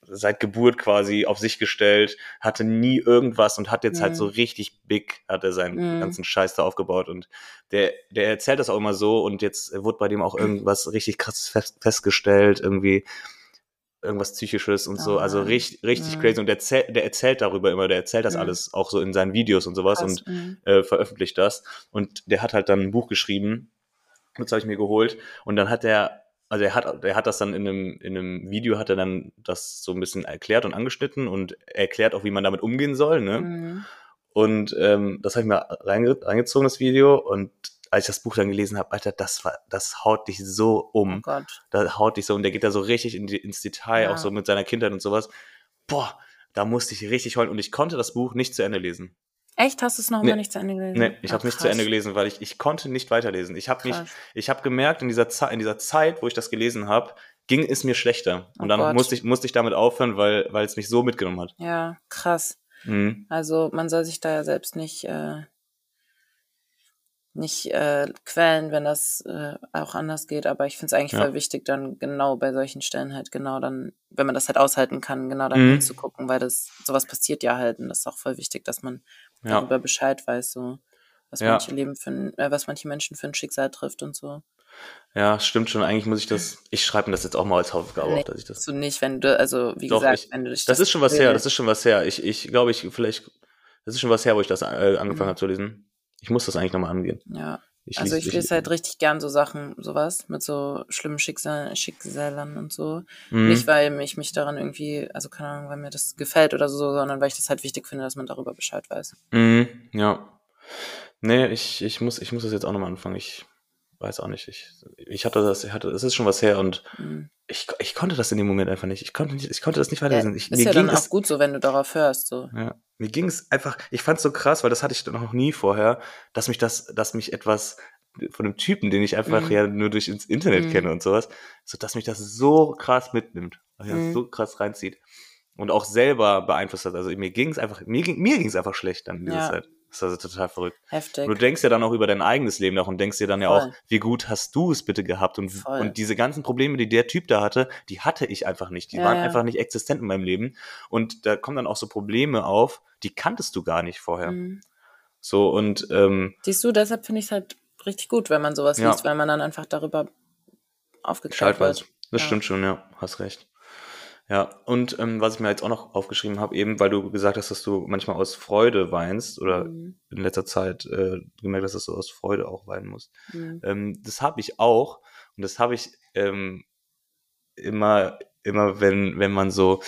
Speaker 1: seit Geburt quasi auf sich gestellt, hatte nie irgendwas und hat jetzt halt
Speaker 2: Mhm.
Speaker 1: so richtig big, hat er seinen
Speaker 2: Mhm.
Speaker 1: ganzen Scheiß da aufgebaut und der, der erzählt das auch immer so und jetzt wurde bei dem auch irgendwas richtig krasses fest, festgestellt, irgendwie irgendwas psychisches und so,
Speaker 2: Oh
Speaker 1: also
Speaker 2: nein.
Speaker 1: richtig, richtig
Speaker 2: Mhm.
Speaker 1: crazy und der, erzähl, der erzählt darüber immer, der erzählt das
Speaker 2: Mhm.
Speaker 1: alles auch so in seinen Videos und sowas
Speaker 2: Krass.
Speaker 1: und
Speaker 2: Mhm.
Speaker 1: äh, veröffentlicht das. Und der hat halt dann ein Buch geschrieben. Das habe ich mir geholt. Und dann hat er, also er hat, er hat das dann in einem, in einem Video, hat er dann das so ein bisschen erklärt und angeschnitten und erklärt auch, wie man damit umgehen soll. Ne?
Speaker 2: Mhm.
Speaker 1: Und ähm, das habe ich mir reinge reingezogen, das Video. Und als ich das Buch dann gelesen habe, Alter, das war, das haut dich so
Speaker 2: Oh
Speaker 1: um.
Speaker 2: Gott.
Speaker 1: Da haut dich so und der geht da so richtig in die, ins Detail,
Speaker 2: Ja.
Speaker 1: auch so mit seiner Kindheit und sowas. Boah, da musste ich richtig heulen und ich konnte das Buch nicht zu Ende lesen.
Speaker 2: Echt? Hast du es nochmal
Speaker 1: Nee.
Speaker 2: nicht zu Ende gelesen?
Speaker 1: Nee, ich
Speaker 2: Ah,
Speaker 1: habe es nicht zu
Speaker 2: krass.
Speaker 1: Ende gelesen, weil ich, ich konnte nicht weiterlesen. Ich habe mich,
Speaker 2: Krass.
Speaker 1: ich habe gemerkt, in dieser, Zeit, in dieser Zeit, wo ich das gelesen habe, ging es mir schlechter. Und
Speaker 2: Oh
Speaker 1: dann
Speaker 2: Gott.
Speaker 1: musste ich, musste ich damit aufhören, weil, weil es mich so mitgenommen hat.
Speaker 2: Ja, krass.
Speaker 1: Mhm.
Speaker 2: Also man soll sich da ja selbst nicht, äh, nicht äh, quälen, wenn das äh, auch anders geht. Aber ich finde es eigentlich
Speaker 1: Ja.
Speaker 2: voll wichtig, dann genau bei solchen Stellen halt genau dann, wenn man das halt aushalten kann, genau dann
Speaker 1: Mhm.
Speaker 2: hinzugucken, weil das sowas passiert ja halt und das ist auch voll wichtig, dass man
Speaker 1: Ja.
Speaker 2: darüber Bescheid weiß, so was
Speaker 1: Ja.
Speaker 2: manche Leben für ein, äh, was manche Menschen für ein Schicksal trifft und so.
Speaker 1: ja, stimmt schon. Eigentlich muss ich das, ich schreibe mir das jetzt auch mal als Hausaufgabe
Speaker 2: Nee,
Speaker 1: auf, dass ich das.
Speaker 2: So nicht, wenn du, also wie
Speaker 1: Doch,
Speaker 2: gesagt,
Speaker 1: ich-
Speaker 2: wenn du dich
Speaker 1: Das ist schon was her, das
Speaker 2: quälst.
Speaker 1: ist schon was her. Ich, ich glaube, ich vielleicht, das ist schon was her, wo ich das äh, angefangen
Speaker 2: Mhm.
Speaker 1: habe zu lesen. Ich muss das eigentlich nochmal angehen.
Speaker 2: Ja.
Speaker 1: Ich
Speaker 2: Also
Speaker 1: lies-
Speaker 2: ich lese halt richtig gern so Sachen, sowas, mit so schlimmen Schicksal Schicksalern und so.
Speaker 1: Mhm.
Speaker 2: Nicht, weil ich mich daran irgendwie, also keine Ahnung, weil mir das gefällt oder so, sondern weil ich das halt wichtig finde, dass man darüber Bescheid weiß.
Speaker 1: Mhm, ja. Nee, ich, ich, muss, ich muss das jetzt auch nochmal anfangen. Ich weiß auch nicht. Ich, ich hatte das, ich hatte, es ist schon was her und
Speaker 2: Mhm.
Speaker 1: ich, ich konnte das in dem Moment einfach nicht. Ich konnte, nicht, ich konnte das nicht weiterlesen. Ich,
Speaker 2: ist ja dann auch
Speaker 1: es,
Speaker 2: gut so, wenn du darauf hörst, so.
Speaker 1: ja, mir ging es einfach, ich fand es so krass, weil das hatte ich noch nie vorher, dass mich das, dass mich etwas von einem Typen, den ich einfach
Speaker 2: Mhm.
Speaker 1: ja nur durch ins Internet
Speaker 2: Mhm.
Speaker 1: kenne und sowas, so dass mich das so krass mitnimmt, dass mich das
Speaker 2: Mhm.
Speaker 1: so krass reinzieht und auch selber beeinflusst hat. Also mir ging es einfach, mir ging mir ging's einfach schlecht dann in dieser
Speaker 2: Ja.
Speaker 1: Zeit. Das ist also total verrückt.
Speaker 2: Heftig.
Speaker 1: Du denkst ja dann auch über dein eigenes Leben nach und denkst dir dann ja
Speaker 2: Voll.
Speaker 1: auch, wie gut hast du es bitte gehabt? Und,
Speaker 2: Voll.
Speaker 1: und diese ganzen Probleme, die der Typ da hatte, die hatte ich einfach nicht. Die
Speaker 2: Ja,
Speaker 1: waren
Speaker 2: ja.
Speaker 1: einfach nicht existent in meinem Leben. Und da kommen dann auch so Probleme auf, die kanntest du gar nicht vorher.
Speaker 2: Mhm.
Speaker 1: So und ähm,
Speaker 2: Siehst du, deshalb finde ich es halt richtig gut, wenn man sowas
Speaker 1: Ja.
Speaker 2: liest, weil man dann einfach darüber
Speaker 1: Bescheid
Speaker 2: aufgeklärt
Speaker 1: weiß.
Speaker 2: wird.
Speaker 1: Das
Speaker 2: Ja.
Speaker 1: stimmt schon, ja, hast recht. Ja, und ähm, was ich mir jetzt auch noch aufgeschrieben habe, eben weil du gesagt hast, dass du manchmal aus Freude weinst oder
Speaker 2: Mhm.
Speaker 1: in letzter Zeit äh, gemerkt hast, dass du aus Freude auch weinen musst.
Speaker 2: Mhm.
Speaker 1: Ähm, das habe ich auch und das habe ich ähm, immer, immer wenn, wenn man so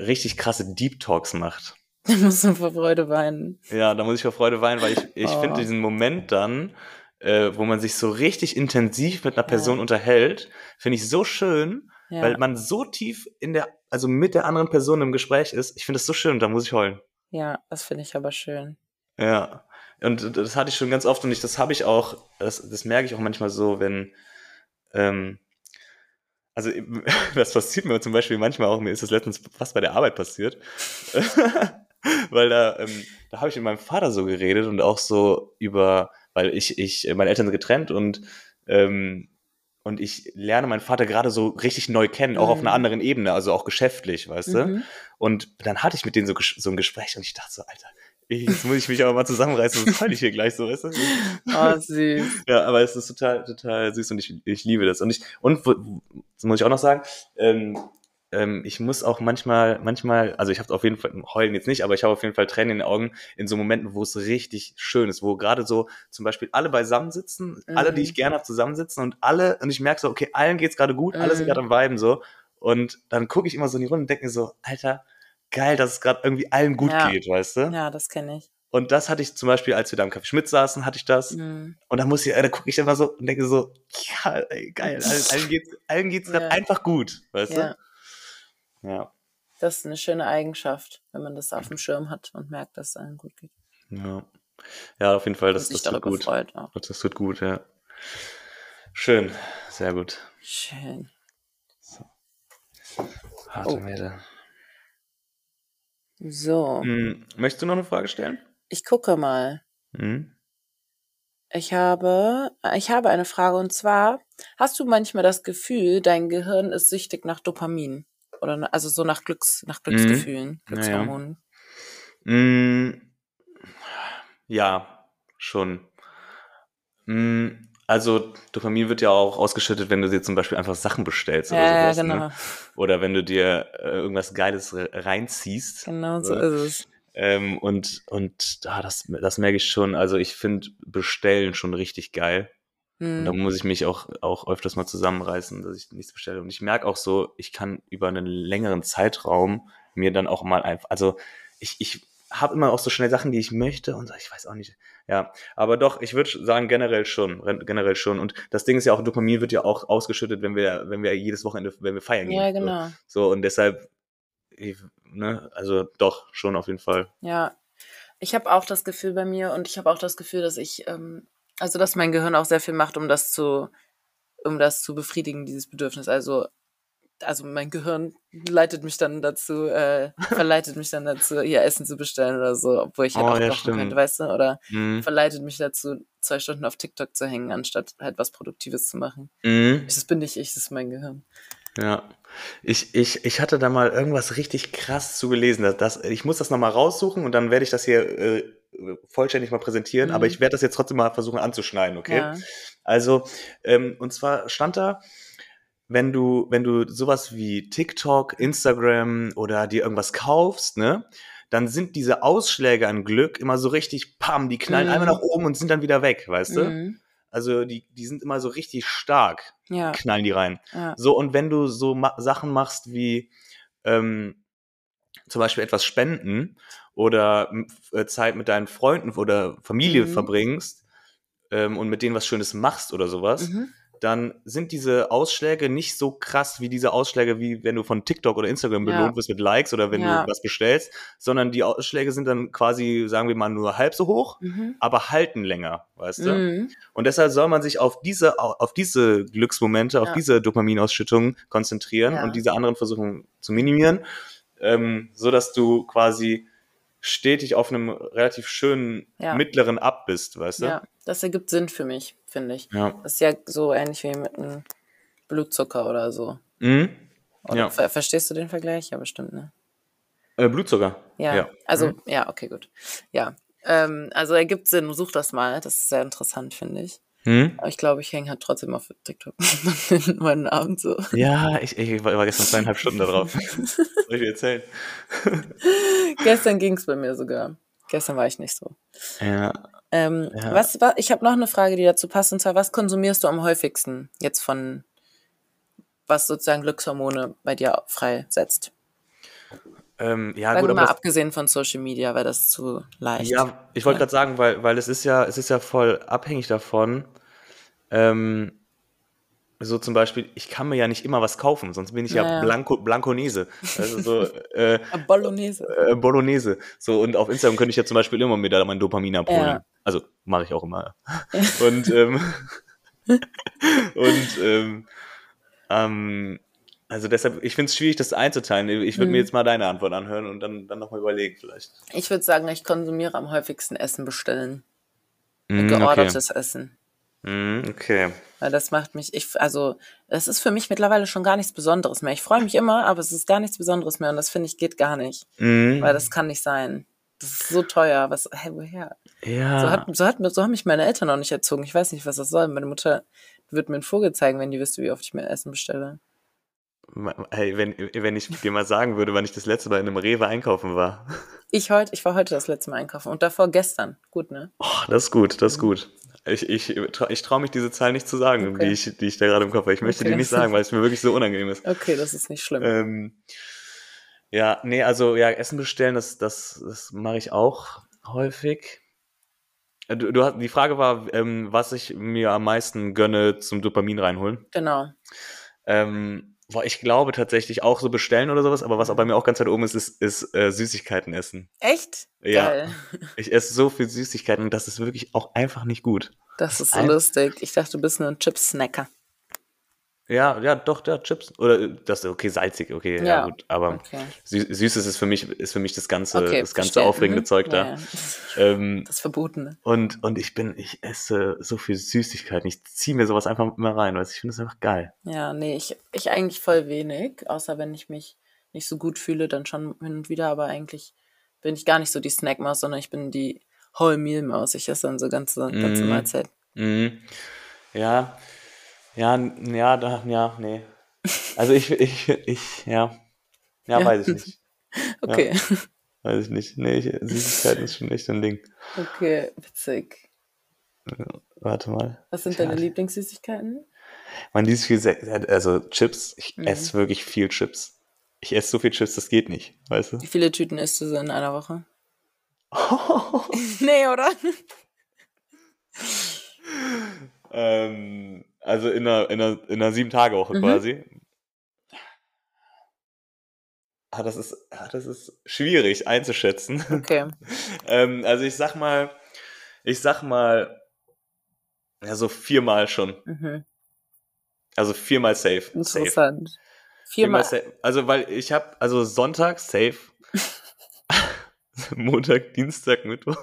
Speaker 1: richtig krasse Deep Talks macht.
Speaker 2: Da musst du vor Freude weinen.
Speaker 1: Ja, da muss ich vor Freude weinen, weil ich, ich
Speaker 2: Oh.
Speaker 1: finde diesen Moment dann, äh, wo man sich so richtig intensiv mit einer
Speaker 2: Ja.
Speaker 1: Person unterhält, finde ich so schön,
Speaker 2: Ja.
Speaker 1: weil man so tief in der, also mit der anderen Person im Gespräch ist. Ich finde das so schön, da muss ich heulen.
Speaker 2: ja, das finde ich aber schön.
Speaker 1: Ja. Und das hatte ich schon ganz oft und ich, das habe ich auch, das, das merke ich auch manchmal so, wenn, ähm, also das passiert mir zum Beispiel manchmal auch, mir ist das letztens fast bei der Arbeit passiert, weil da, ähm, da habe ich mit meinem Vater so geredet äh, und auch so über, weil ich, ich, meine Eltern sind getrennt und ähm, Und ich lerne meinen Vater gerade so richtig neu kennen, auch auf einer anderen Ebene, also auch geschäftlich, weißt du?
Speaker 2: Mhm.
Speaker 1: Und dann hatte ich mit denen so, ges- so ein Gespräch und ich dachte so, Alter, ich, jetzt muss ich mich aber mal zusammenreißen, sonst falle ich hier gleich so, weißt du?
Speaker 2: Oh, süß.
Speaker 1: Ja, aber es ist total, total süß und ich, ich liebe das. Und ich, und wo- wo- das muss ich auch noch sagen, ähm, ähm, ich muss auch manchmal, manchmal, also ich habe auf jeden Fall, heulen jetzt nicht, aber ich habe auf jeden Fall Tränen in den Augen in so Momenten, wo es richtig schön ist, wo gerade so zum Beispiel alle beisammen sitzen, alle, die
Speaker 2: Mhm.
Speaker 1: ich gerne habe, zusammensitzen und alle, und ich merke so, okay, allen geht's gerade gut, alle sind
Speaker 2: Mhm.
Speaker 1: gerade am Viben so. Und dann gucke ich immer so in die Runde und denke mir so, Alter, geil, dass es gerade irgendwie allen gut
Speaker 2: Ja.
Speaker 1: geht, weißt du?
Speaker 2: Ja, das kenne ich.
Speaker 1: Und das hatte ich zum Beispiel, als wir da im Café Schmidt saßen, hatte ich das.
Speaker 2: Mhm.
Speaker 1: Und dann muss ich, äh, da gucke ich immer so und denke so, ja, ey, geil, allen, allen geht's, allen geht's grad
Speaker 2: Ja.
Speaker 1: einfach gut, weißt
Speaker 2: Ja,
Speaker 1: du? Ja.
Speaker 2: das ist eine schöne Eigenschaft, wenn man das auf dem Schirm hat und merkt, dass es einem gut geht.
Speaker 1: Ja, ja auf jeden Fall, das,
Speaker 2: und sich
Speaker 1: das tut
Speaker 2: darüber
Speaker 1: gut.
Speaker 2: freut. Auch.
Speaker 1: Das tut gut, ja. Schön, sehr gut.
Speaker 2: Schön.
Speaker 1: Harte
Speaker 2: Oh.
Speaker 1: Mädel.
Speaker 2: So,
Speaker 1: Hm, möchtest du noch eine Frage stellen?
Speaker 2: ich gucke mal.
Speaker 1: Hm?
Speaker 2: Ich habe, ich habe eine Frage und zwar, hast du manchmal das Gefühl, dein Gehirn ist süchtig nach Dopamin? Oder na- also so nach Glücks, nach Glücksgefühlen,
Speaker 1: Mhm. Ja, ja.
Speaker 2: Glückshormonen.
Speaker 1: Hm, ja, schon. Hm, also, Dopamin wird ja auch ausgeschüttet, wenn du dir zum Beispiel einfach Sachen bestellst oder
Speaker 2: Ja, ja,
Speaker 1: sowas. Ne?
Speaker 2: genau.
Speaker 1: Oder wenn du dir äh, irgendwas Geiles re- reinziehst.
Speaker 2: Genau so
Speaker 1: Ja.
Speaker 2: ist es.
Speaker 1: Ähm, und und ah, das, das merke ich schon. Also ich finde Bestellen schon richtig geil. Und da
Speaker 2: Hm.
Speaker 1: muss ich mich auch, auch öfters mal zusammenreißen, dass ich nichts bestelle. Und ich merke auch so, ich kann über einen längeren Zeitraum mir dann auch mal einfach, also ich, ich habe immer auch so schnell Sachen, die ich möchte und so, ich weiß auch nicht. Ja, aber doch, ich würde sagen, generell schon, ren- generell schon. Und das Ding ist ja auch, Dopamin wird ja auch ausgeschüttet, wenn wir, wenn wir jedes Wochenende, wenn wir feiern gehen.
Speaker 2: Ja, genau.
Speaker 1: So, und deshalb, ich, ne, also doch, schon auf jeden Fall.
Speaker 2: Ja. Ich habe auch das Gefühl bei mir und ich habe auch das Gefühl, dass ich, ähm, also dass mein Gehirn auch sehr viel macht, um das zu, um das zu befriedigen, dieses Bedürfnis. Also, also mein Gehirn leitet mich dann dazu, äh, verleitet mich dann dazu, ihr Essen zu bestellen oder so, obwohl ich halt
Speaker 1: Oh,
Speaker 2: auch
Speaker 1: ja,
Speaker 2: kochen
Speaker 1: stimmt.
Speaker 2: könnte, weißt du? Oder
Speaker 1: Mhm.
Speaker 2: verleitet mich dazu, zwei Stunden auf TikTok zu hängen, anstatt halt was Produktives zu machen.
Speaker 1: Mhm.
Speaker 2: Das bin nicht ich, das ist mein Gehirn.
Speaker 1: Ja. Ich, ich, ich hatte da mal irgendwas richtig krass zu gelesen. Dass das, ich muss das nochmal raussuchen und dann werde ich das hier äh, vollständig mal präsentieren,
Speaker 2: Mhm.
Speaker 1: aber ich werde das jetzt trotzdem mal versuchen anzuschneiden, okay?
Speaker 2: Ja.
Speaker 1: Also, ähm, und zwar stand da, wenn du, wenn du sowas wie TikTok, Instagram oder dir irgendwas kaufst, ne, dann sind diese Ausschläge an Glück immer so richtig, pam, die knallen
Speaker 2: Mhm.
Speaker 1: einmal nach oben und sind dann wieder weg, weißt du?
Speaker 2: Mhm.
Speaker 1: Also die, die sind immer so richtig stark,
Speaker 2: Ja,
Speaker 1: knallen die rein.
Speaker 2: ja.
Speaker 1: So, und wenn du so ma Sachen machst wie ähm, zum Beispiel etwas spenden oder m, f- äh, Zeit mit deinen Freunden oder Familie
Speaker 2: Mhm.
Speaker 1: verbringst ähm, und mit denen was Schönes machst oder sowas,
Speaker 2: Mhm.
Speaker 1: dann sind diese Ausschläge nicht so krass wie diese Ausschläge, wie wenn du von TikTok oder Instagram
Speaker 2: Ja.
Speaker 1: belohnt wirst mit Likes oder wenn
Speaker 2: Ja.
Speaker 1: du was bestellst, sondern die Ausschläge sind dann quasi, sagen wir mal, nur halb so hoch,
Speaker 2: Mhm.
Speaker 1: aber halten länger, weißt du?
Speaker 2: Mhm.
Speaker 1: Und deshalb soll man sich auf diese, auf diese Glücksmomente, auf
Speaker 2: Ja.
Speaker 1: diese Dopaminausschüttung konzentrieren
Speaker 2: Ja.
Speaker 1: und diese anderen versuchen zu minimieren, ähm, so dass du quasi stetig auf einem relativ schönen
Speaker 2: Ja.
Speaker 1: mittleren Ab bist, weißt du?
Speaker 2: Ja, das ergibt Sinn für mich, finde ich.
Speaker 1: Ja.
Speaker 2: Das ist ja so ähnlich wie mit einem Blutzucker oder so.
Speaker 1: Mhm.
Speaker 2: Oder
Speaker 1: Ja.
Speaker 2: ver verstehst du den Vergleich? Ja, bestimmt, ne?
Speaker 1: Äh, Blutzucker.
Speaker 2: Ja. Also,
Speaker 1: Mhm.
Speaker 2: ja, okay, gut. Ja. Ähm, also ergibt Sinn, such das mal. Das ist sehr interessant, finde ich.
Speaker 1: Mhm.
Speaker 2: Aber ich glaube, ich hänge halt trotzdem auf TikTok meinen Abend so.
Speaker 1: Ja, ich, ich war war gestern zweieinhalb Stunden da drauf. Soll ich dir erzählen?
Speaker 2: Gestern ging es bei mir sogar. Gestern war ich nicht so.
Speaker 1: Ja.
Speaker 2: Ähm,
Speaker 1: Ja.
Speaker 2: was, wa- ich habe noch eine Frage, die dazu passt, und zwar, was konsumierst du am häufigsten jetzt von, was sozusagen Glückshormone bei dir freisetzt?
Speaker 1: Ähm, ja,
Speaker 2: Sagen
Speaker 1: gut,
Speaker 2: wir
Speaker 1: aber
Speaker 2: mal,
Speaker 1: das,
Speaker 2: abgesehen von Social Media, weil das ist zu leicht.
Speaker 1: Ja, ich wollte gerade sagen, weil, weil es ist ja, es ist ja voll abhängig davon. Ähm, so zum Beispiel, ich kann mir ja nicht immer was kaufen, sonst bin ich ja,
Speaker 2: Ja, ja.
Speaker 1: Blanco, Blanconese. Also so äh,
Speaker 2: Ah, Bolognese.
Speaker 1: äh, Bolognese. So, und auf Instagram könnte ich ja zum Beispiel immer mir da mein Dopamin abholen.
Speaker 2: Ja.
Speaker 1: Also mache ich auch immer. Und, ähm, und ähm, ähm, also deshalb, ich finde es schwierig, das einzuteilen. Ich würde mir
Speaker 2: Mhm.
Speaker 1: jetzt mal deine Antwort anhören und dann, dann nochmal überlegen, vielleicht.
Speaker 2: Ich würde sagen, ich konsumiere am häufigsten Essen bestellen.
Speaker 1: Mm,
Speaker 2: geordertes Essen.
Speaker 1: Hm, okay.
Speaker 2: Weil das macht mich, ich, also, es ist für mich mittlerweile schon gar nichts Besonderes mehr. Ich freue mich immer, aber es ist gar nichts Besonderes mehr und das finde ich geht gar nicht.
Speaker 1: Hm.
Speaker 2: Weil das kann nicht sein. Das ist so teuer. Was, hä, woher?
Speaker 1: ja.
Speaker 2: So, hat, so, hat, so haben mich meine Eltern auch nicht erzogen. Ich weiß nicht, was das soll. Meine Mutter wird mir einen Vogel zeigen, wenn die wüsste, wie oft ich mir Essen bestelle.
Speaker 1: Hey, wenn, wenn ich dir mal sagen würde, wann ich das letzte Mal in einem Rewe einkaufen war.
Speaker 2: Ich heute, ich war heute das letzte Mal einkaufen und davor gestern. Gut, ne?
Speaker 1: Oh, das ist gut, das ist gut. Ich, ich, trau- ich traue mich diese Zahl nicht zu sagen,
Speaker 2: Okay.
Speaker 1: die, ich, die ich da gerade im Kopf habe. Ich möchte
Speaker 2: Okay.
Speaker 1: die nicht sagen, weil es mir wirklich so unangenehm ist.
Speaker 2: Okay, das ist nicht schlimm.
Speaker 1: Ähm, ja, nee, also ja, Essen bestellen, das, das, das mache ich auch häufig. Äh, Du, du hast, die Frage war, ähm, was ich mir am meisten gönne zum Dopamin reinholen.
Speaker 2: Genau.
Speaker 1: Ähm, boah, ich glaube tatsächlich auch so bestellen oder sowas, aber was auch bei mir auch ganz weit oben ist, ist, ist äh, Süßigkeiten essen.
Speaker 2: Echt?
Speaker 1: Ja.
Speaker 2: Geil.
Speaker 1: Ich esse so viel Süßigkeiten und das ist wirklich auch einfach nicht gut.
Speaker 2: Das ist so
Speaker 1: Ein-
Speaker 2: lustig. Ich dachte, du bist nur ein Chips-Snacker.
Speaker 1: Ja, ja, doch, ja, Chips. Oder äh, das, okay, salzig, okay, ja,
Speaker 2: Ja.
Speaker 1: gut. Aber
Speaker 2: Okay.
Speaker 1: sü süßes ist für mich, ist für mich das ganze,
Speaker 2: okay
Speaker 1: das ganze
Speaker 2: verstehe.
Speaker 1: aufregende
Speaker 2: Mhm.
Speaker 1: Zeug da.
Speaker 2: Ja, ja.
Speaker 1: Ähm,
Speaker 2: Das Verbotene.
Speaker 1: und, und ich bin, ich esse so viel Süßigkeiten. Ich ziehe mir sowas einfach immer rein, weil ich finde das einfach geil.
Speaker 2: Ja, nee, ich, ich eigentlich voll wenig. Außer wenn ich mich nicht so gut fühle, dann schon hin und wieder. Aber eigentlich bin ich gar nicht so die Snackmaus, sondern ich bin die Whole Meal Maus. Ich esse dann so ganze, ganze
Speaker 1: Mhm.
Speaker 2: Mahlzeit.
Speaker 1: Mhm. Ja, ja, n- ja, da, ja, nee. Also ich, ich, ich, ja. Ja,
Speaker 2: Ja.
Speaker 1: weiß ich nicht.
Speaker 2: Okay.
Speaker 1: Weiß ich nicht. Nee, ich, Süßigkeiten ist schon echt ein Ding.
Speaker 2: Okay, witzig.
Speaker 1: Warte mal.
Speaker 2: Was sind
Speaker 1: Tja,
Speaker 2: deine Lieblingssüßigkeiten?
Speaker 1: Man liest viel, Se- also Chips, ich
Speaker 2: Mhm.
Speaker 1: esse wirklich viel Chips. Ich esse so viel Chips, das geht nicht, weißt du?
Speaker 2: Wie viele Tüten isst du so in einer Woche? Nee, oder?
Speaker 1: ähm, also in einer, in einer, in einer Sieben-Tage-Woche
Speaker 2: Mhm.
Speaker 1: quasi. Ah, das ist, ah, das ist schwierig einzuschätzen.
Speaker 2: Okay.
Speaker 1: ähm, also ich sag mal, ich sag mal, ja, so viermal schon.
Speaker 2: Mhm.
Speaker 1: Also viermal safe. safe.
Speaker 2: Interessant.
Speaker 1: Viermal
Speaker 2: Viermal.
Speaker 1: safe. Also, weil ich habe, also Sonntag safe. Montag, Dienstag, Mittwoch.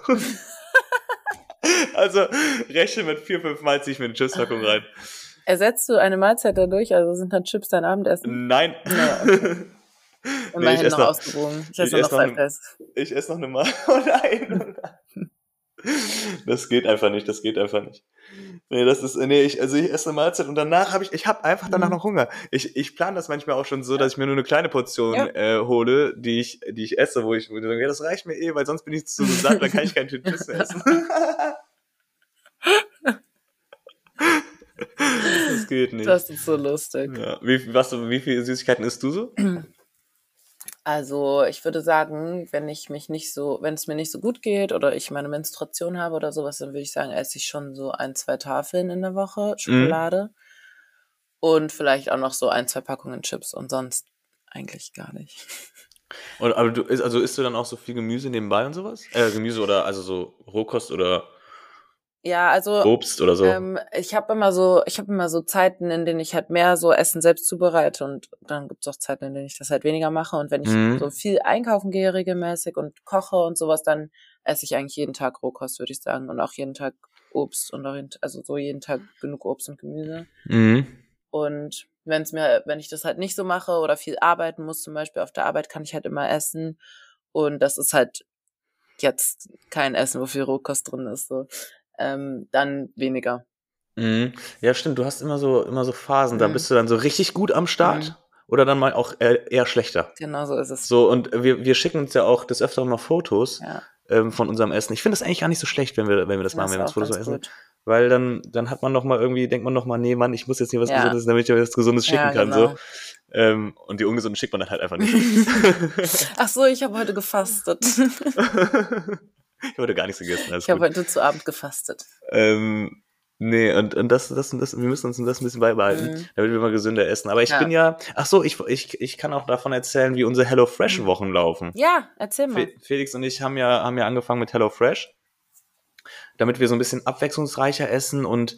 Speaker 1: also rechne mit vier, fünf Mal ziehe ich mir eine Chipspackung rein.
Speaker 2: Ersetzt du eine Mahlzeit dadurch? Also sind dann Chips dein Abendessen?
Speaker 1: Nein.
Speaker 2: Naja, Immerhin
Speaker 1: ess
Speaker 2: noch,
Speaker 1: noch-
Speaker 2: ausgewogen. Ich esse
Speaker 1: ich
Speaker 2: nur noch
Speaker 1: ess noch
Speaker 2: Five
Speaker 1: ne-
Speaker 2: Guys.
Speaker 1: ich esse noch eine Mal. Oh nein. Das geht einfach nicht, das geht einfach nicht. Nee, das ist, nee, ich, also ich esse eine Mahlzeit und danach habe ich, ich habe einfach
Speaker 2: Mhm.
Speaker 1: danach noch Hunger. Ich, ich plane das manchmal auch schon so, dass ich mir nur eine kleine Portion
Speaker 2: Ja.
Speaker 1: äh, hole, die ich, die ich esse, wo ich, wo ich sage, ja, das reicht mir eh, weil sonst bin ich zu satt, dann kann ich keinen Tüten Chips mehr essen. das geht nicht.
Speaker 2: Das ist so lustig.
Speaker 1: ja. wie, was, wie viele Süßigkeiten isst du so?
Speaker 2: Also ich würde sagen, wenn ich mich nicht so, wenn es mir nicht so gut geht oder ich meine Menstruation habe oder sowas, dann würde ich sagen, esse ich schon so ein, zwei Tafeln in der Woche Schokolade und vielleicht auch noch so ein, zwei Packungen Chips und sonst eigentlich gar nicht.
Speaker 1: Und, aber du, isst- also isst du dann auch so viel Gemüse nebenbei und sowas? Äh, Gemüse oder also so Rohkost oder
Speaker 2: Ja, also
Speaker 1: Obst oder so.
Speaker 2: Ähm, ich habe immer so, ich habe immer so Zeiten, in denen ich halt mehr so Essen selbst zubereite und dann gibt's auch Zeiten, in denen ich das halt weniger mache. Und wenn ich
Speaker 1: Mhm.
Speaker 2: so viel einkaufen gehe regelmäßig und koche und sowas, dann esse ich eigentlich jeden Tag Rohkost, würde ich sagen. Und auch jeden Tag Obst und auch jeden, also so jeden Tag genug Obst und Gemüse.
Speaker 1: mhm.
Speaker 2: Und wenn es mir, wenn ich das halt nicht so mache oder viel arbeiten muss, zum Beispiel auf der Arbeit, kann ich halt immer essen. Und das ist halt jetzt kein Essen, wo viel Rohkost drin ist. So. Ähm, dann weniger.
Speaker 1: Mhm. Ja, stimmt. Du hast immer so, immer so Phasen. Da
Speaker 2: Mhm.
Speaker 1: bist du dann so richtig gut am Start
Speaker 2: Mhm.
Speaker 1: oder dann mal auch eher, eher schlechter.
Speaker 2: Genau so ist es.
Speaker 1: So, und wir, wir schicken uns ja auch des Öfteren mal Fotos
Speaker 2: Ja,
Speaker 1: ähm, von unserem Essen. Ich finde das eigentlich gar nicht so schlecht, wenn wir, wenn wir das machen, wenn wir uns
Speaker 2: ist auch
Speaker 1: Fotos
Speaker 2: ganz
Speaker 1: essen.
Speaker 2: gut.
Speaker 1: Weil dann, dann hat man noch mal irgendwie, denkt man noch mal, nee, Mann, ich muss jetzt hier was
Speaker 2: Ja.
Speaker 1: Gesundes, damit ich euch was Gesundes schicken
Speaker 2: Ja,
Speaker 1: kann.
Speaker 2: genau.
Speaker 1: So. Ähm, und die Ungesunden schickt man dann halt einfach nicht.
Speaker 2: Ach so, ich habe heute gefastet.
Speaker 1: ich habe gar nichts gegessen. alles
Speaker 2: Ich habe
Speaker 1: gut.
Speaker 2: heute zu Abend gefastet.
Speaker 1: Ähm, nee, und, und das, das und das, wir müssen uns das ein bisschen beibehalten,
Speaker 2: Mhm.
Speaker 1: damit wir mal gesünder essen. Aber ich
Speaker 2: Ja.
Speaker 1: bin ja, ach so, ich, ich, ich kann auch davon erzählen, wie unsere Hello
Speaker 2: Mhm.
Speaker 1: Fresh Wochen laufen.
Speaker 2: Ja, erzähl mal.
Speaker 1: Fe Felix und ich haben ja, haben ja angefangen mit Hello Fresh, damit wir so ein bisschen abwechslungsreicher essen und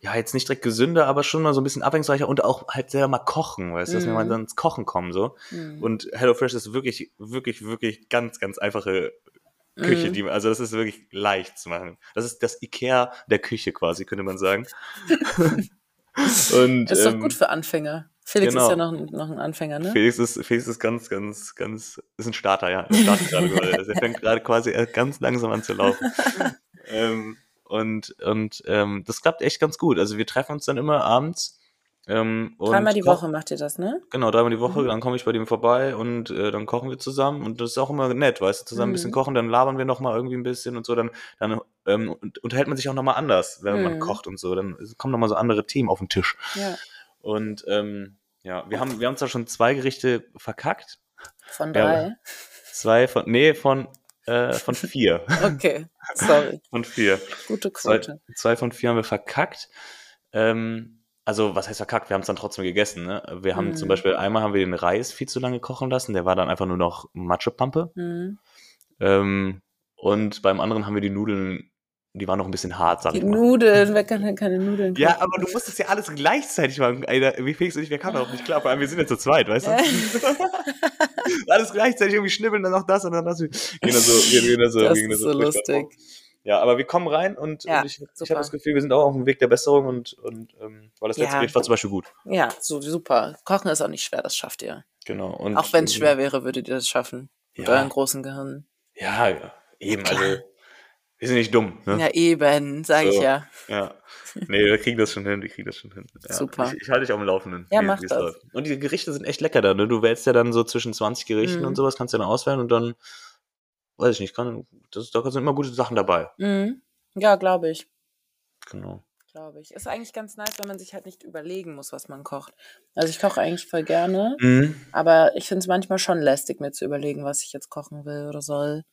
Speaker 1: ja, jetzt nicht direkt gesünder, aber schon mal so ein bisschen abwechslungsreicher und auch halt selber mal kochen, weißt du, dass wir
Speaker 2: Mhm.
Speaker 1: mal dann ins Kochen kommen so.
Speaker 2: Mhm.
Speaker 1: Und HelloFresh ist wirklich, wirklich, wirklich ganz, ganz einfache
Speaker 2: Hm. Mhm.
Speaker 1: Küche, die, also das ist wirklich leicht zu machen. Das ist das Ikea der Küche quasi, könnte man sagen. Und
Speaker 2: Ist doch
Speaker 1: ähm,
Speaker 2: gut für Anfänger. Felix
Speaker 1: genau.
Speaker 2: ist ja noch, ein- noch ein Anfänger, ne?
Speaker 1: Felix ist, Felix ist ganz, ganz, ganz, ist ein Starter, ja. Er startet gerade gerade. Also er fängt gerade quasi erst ganz langsam an zu laufen. ähm, und und ähm, das klappt echt ganz gut. Also wir treffen uns dann immer abends. Ähm, und
Speaker 2: Dreimal die
Speaker 1: kochen-
Speaker 2: Woche macht ihr das, ne?
Speaker 1: Genau, dreimal die Woche,
Speaker 2: Mhm.
Speaker 1: dann komme ich bei dem vorbei und äh, dann kochen wir zusammen. Und das ist auch immer nett, weißt du, zusammen ein bisschen
Speaker 2: Mhm.
Speaker 1: kochen, dann labern wir nochmal irgendwie ein bisschen und so, dann, dann ähm, und- unterhält man sich auch nochmal anders, wenn man
Speaker 2: Mhm.
Speaker 1: kocht und so. Dann kommen nochmal so andere Themen auf den Tisch.
Speaker 2: Ja.
Speaker 1: Und ähm, ja, wir haben, wir haben zwar schon zwei Gerichte verkackt.
Speaker 2: Von
Speaker 1: Ja.
Speaker 2: drei.
Speaker 1: Zwei von, nee, von, äh, von vier.
Speaker 2: Okay, sorry.
Speaker 1: von vier.
Speaker 2: Gute
Speaker 1: Zwei,
Speaker 2: Quote.
Speaker 1: zwei von vier haben wir verkackt. Ähm, also, was heißt verkackt? Wir haben es dann trotzdem gegessen. Ne? Wir haben
Speaker 2: Mhm.
Speaker 1: zum Beispiel einmal haben wir den Reis viel zu lange kochen lassen. Der war dann einfach nur noch Matschepampe.
Speaker 2: Mhm.
Speaker 1: Ähm, und beim anderen haben wir die Nudeln, die waren noch ein bisschen hart, sag
Speaker 2: Die
Speaker 1: ich mal.
Speaker 2: Nudeln, wer kann denn keine Nudeln kochen?
Speaker 1: Ja, aber du musst das ja alles gleichzeitig machen. Alter, wie Felix und ich, wir kamen darauf nicht klar. Vor allem, wir sind ja zu zweit, weißt du? alles gleichzeitig irgendwie schnibbeln, dann noch das und dann das. Wir gehen da so, wir gehen da so, wir
Speaker 2: Das
Speaker 1: gehen da
Speaker 2: ist so
Speaker 1: furchtbar
Speaker 2: lustig.
Speaker 1: vor. Ja, aber wir kommen rein und,
Speaker 2: Ja,
Speaker 1: und ich, ich
Speaker 2: super.
Speaker 1: habe das Gefühl, wir sind auch auf dem Weg der Besserung und, und ähm, weil das letzte
Speaker 2: Ja.
Speaker 1: Gericht war zum Beispiel gut.
Speaker 2: Ja, so super. Kochen ist auch nicht schwer, das schafft ihr.
Speaker 1: Genau. Und,
Speaker 2: Auch wenn es schwer wäre, würdet ihr das schaffen. Mit
Speaker 1: Ja.
Speaker 2: euren großen Gehirn.
Speaker 1: Ja, ja, eben, also wir sind nicht dumm. Ne?
Speaker 2: Ja, eben, sag
Speaker 1: So.
Speaker 2: ich ja.
Speaker 1: Ja. Nee, wir kriegen das schon hin, wir kriegen das schon hin. Ja.
Speaker 2: Super.
Speaker 1: Ich, ich halte dich auf dem Laufenden.
Speaker 2: Ja,
Speaker 1: wie-
Speaker 2: mach
Speaker 1: wie es
Speaker 2: das.
Speaker 1: läuft. Und die Gerichte sind echt lecker da, ne? Du wählst ja dann so zwischen 20 Gerichten
Speaker 2: Mhm.
Speaker 1: und sowas, kannst du dann auswählen und dann, weiß ich nicht, kann, das, da sind immer gute Sachen dabei.
Speaker 2: Mhm. Ja, glaube ich.
Speaker 1: Genau.
Speaker 2: Glaube ich. Ist eigentlich ganz nice, wenn man sich halt nicht überlegen muss, was man kocht. Also ich koche eigentlich voll gerne,
Speaker 1: Mhm.
Speaker 2: aber ich finde es manchmal schon lästig, mir zu überlegen, was ich jetzt kochen will oder soll.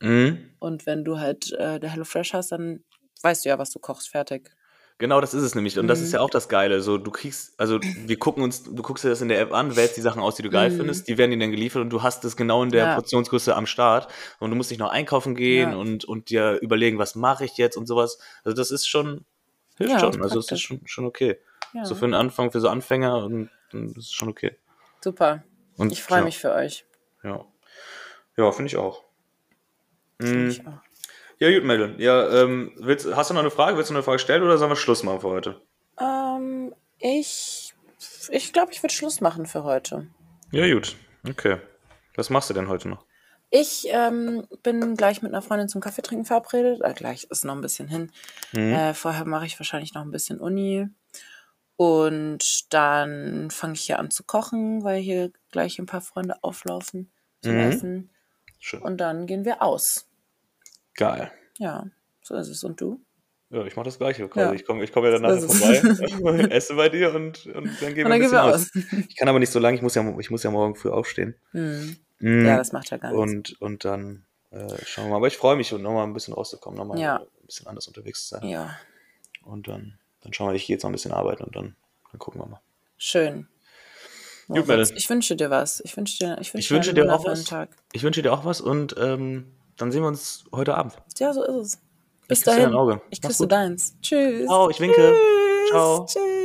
Speaker 1: Mhm.
Speaker 2: Und wenn du halt äh, der HelloFresh hast, dann weißt du ja, was du kochst, fertig.
Speaker 1: Genau, das ist es nämlich. Und das
Speaker 2: Mhm.
Speaker 1: ist ja auch das Geile. So, du kriegst, also wir gucken uns, du guckst dir das in der App an, wählst die Sachen aus, die du geil
Speaker 2: Mhm.
Speaker 1: findest, die werden dir dann geliefert und du hast das genau in der
Speaker 2: Ja.
Speaker 1: Portionsgröße am Start. Und du musst nicht noch einkaufen gehen
Speaker 2: Ja.
Speaker 1: und, und dir überlegen, was mache ich jetzt und sowas. Also das ist schon, hilft
Speaker 2: Ja, ist
Speaker 1: schon. Also das ist
Speaker 2: praktisch.
Speaker 1: schon, schon okay.
Speaker 2: Ja,
Speaker 1: So für den Anfang, für so Anfänger und, und das ist schon okay.
Speaker 2: super.
Speaker 1: Und
Speaker 2: Ich freue
Speaker 1: ja,
Speaker 2: mich für euch.
Speaker 1: Ja, ja finde ich auch.
Speaker 2: Find
Speaker 1: Mhm.
Speaker 2: Ich auch.
Speaker 1: Ja, gut, Madeline. Ja, ähm, willst, hast du noch eine Frage? Willst du noch eine Frage stellen oder sollen wir Schluss machen für heute?
Speaker 2: Ähm, ich ich glaube, ich würde Schluss machen für heute.
Speaker 1: Ja, gut. Okay. Was machst du denn heute noch?
Speaker 2: Ich ähm, bin gleich mit einer Freundin zum Kaffee trinken verabredet. Äh, gleich ist noch ein bisschen hin.
Speaker 1: Hm?
Speaker 2: Äh, vorher mache ich wahrscheinlich noch ein bisschen Uni. Und dann fange ich hier an zu kochen, weil hier gleich ein paar Freunde auflaufen zum
Speaker 1: Mhm.
Speaker 2: Essen.
Speaker 1: Schön.
Speaker 2: Und dann gehen wir aus.
Speaker 1: Geil.
Speaker 2: Ja, so ist es. Und du?
Speaker 1: Ja, ich mache das Gleiche quasi.
Speaker 2: Ja.
Speaker 1: Ich komme ich komm ja dann nachher
Speaker 2: So
Speaker 1: vorbei, esse bei dir und, und dann gehen wir
Speaker 2: Und dann
Speaker 1: ein
Speaker 2: gehen
Speaker 1: bisschen
Speaker 2: wir
Speaker 1: aus.
Speaker 2: aus.
Speaker 1: Ich kann aber nicht so lange, ich muss ja, ich muss ja morgen früh aufstehen.
Speaker 2: Hm.
Speaker 1: Mhm.
Speaker 2: Ja, das macht ja gar nichts.
Speaker 1: und, und dann äh, schauen wir mal. Aber ich freue mich, nochmal ein bisschen rauszukommen, nochmal
Speaker 2: Ja.
Speaker 1: ein bisschen anders unterwegs zu sein.
Speaker 2: Ja,
Speaker 1: Und dann, dann schauen wir, ich gehe jetzt noch ein bisschen arbeiten und dann, dann gucken wir mal.
Speaker 2: schön.
Speaker 1: Gut,
Speaker 2: Moritz,
Speaker 1: Mädel.
Speaker 2: ich wünsche dir was. Ich wünsche dir, ich wünsche
Speaker 1: Ich wünsche dir
Speaker 2: einen
Speaker 1: auch
Speaker 2: wundervollen
Speaker 1: was.
Speaker 2: Tag.
Speaker 1: Ich wünsche dir auch was und ähm, dann sehen wir uns heute Abend.
Speaker 2: Ja, so ist es. Bis
Speaker 1: küsse
Speaker 2: dahin.
Speaker 1: dein Auge.
Speaker 2: Ich
Speaker 1: Mach's
Speaker 2: küsse
Speaker 1: gut.
Speaker 2: deins. Tschüss.
Speaker 1: Ciao, ich winke. Ciao.
Speaker 2: Tschüss.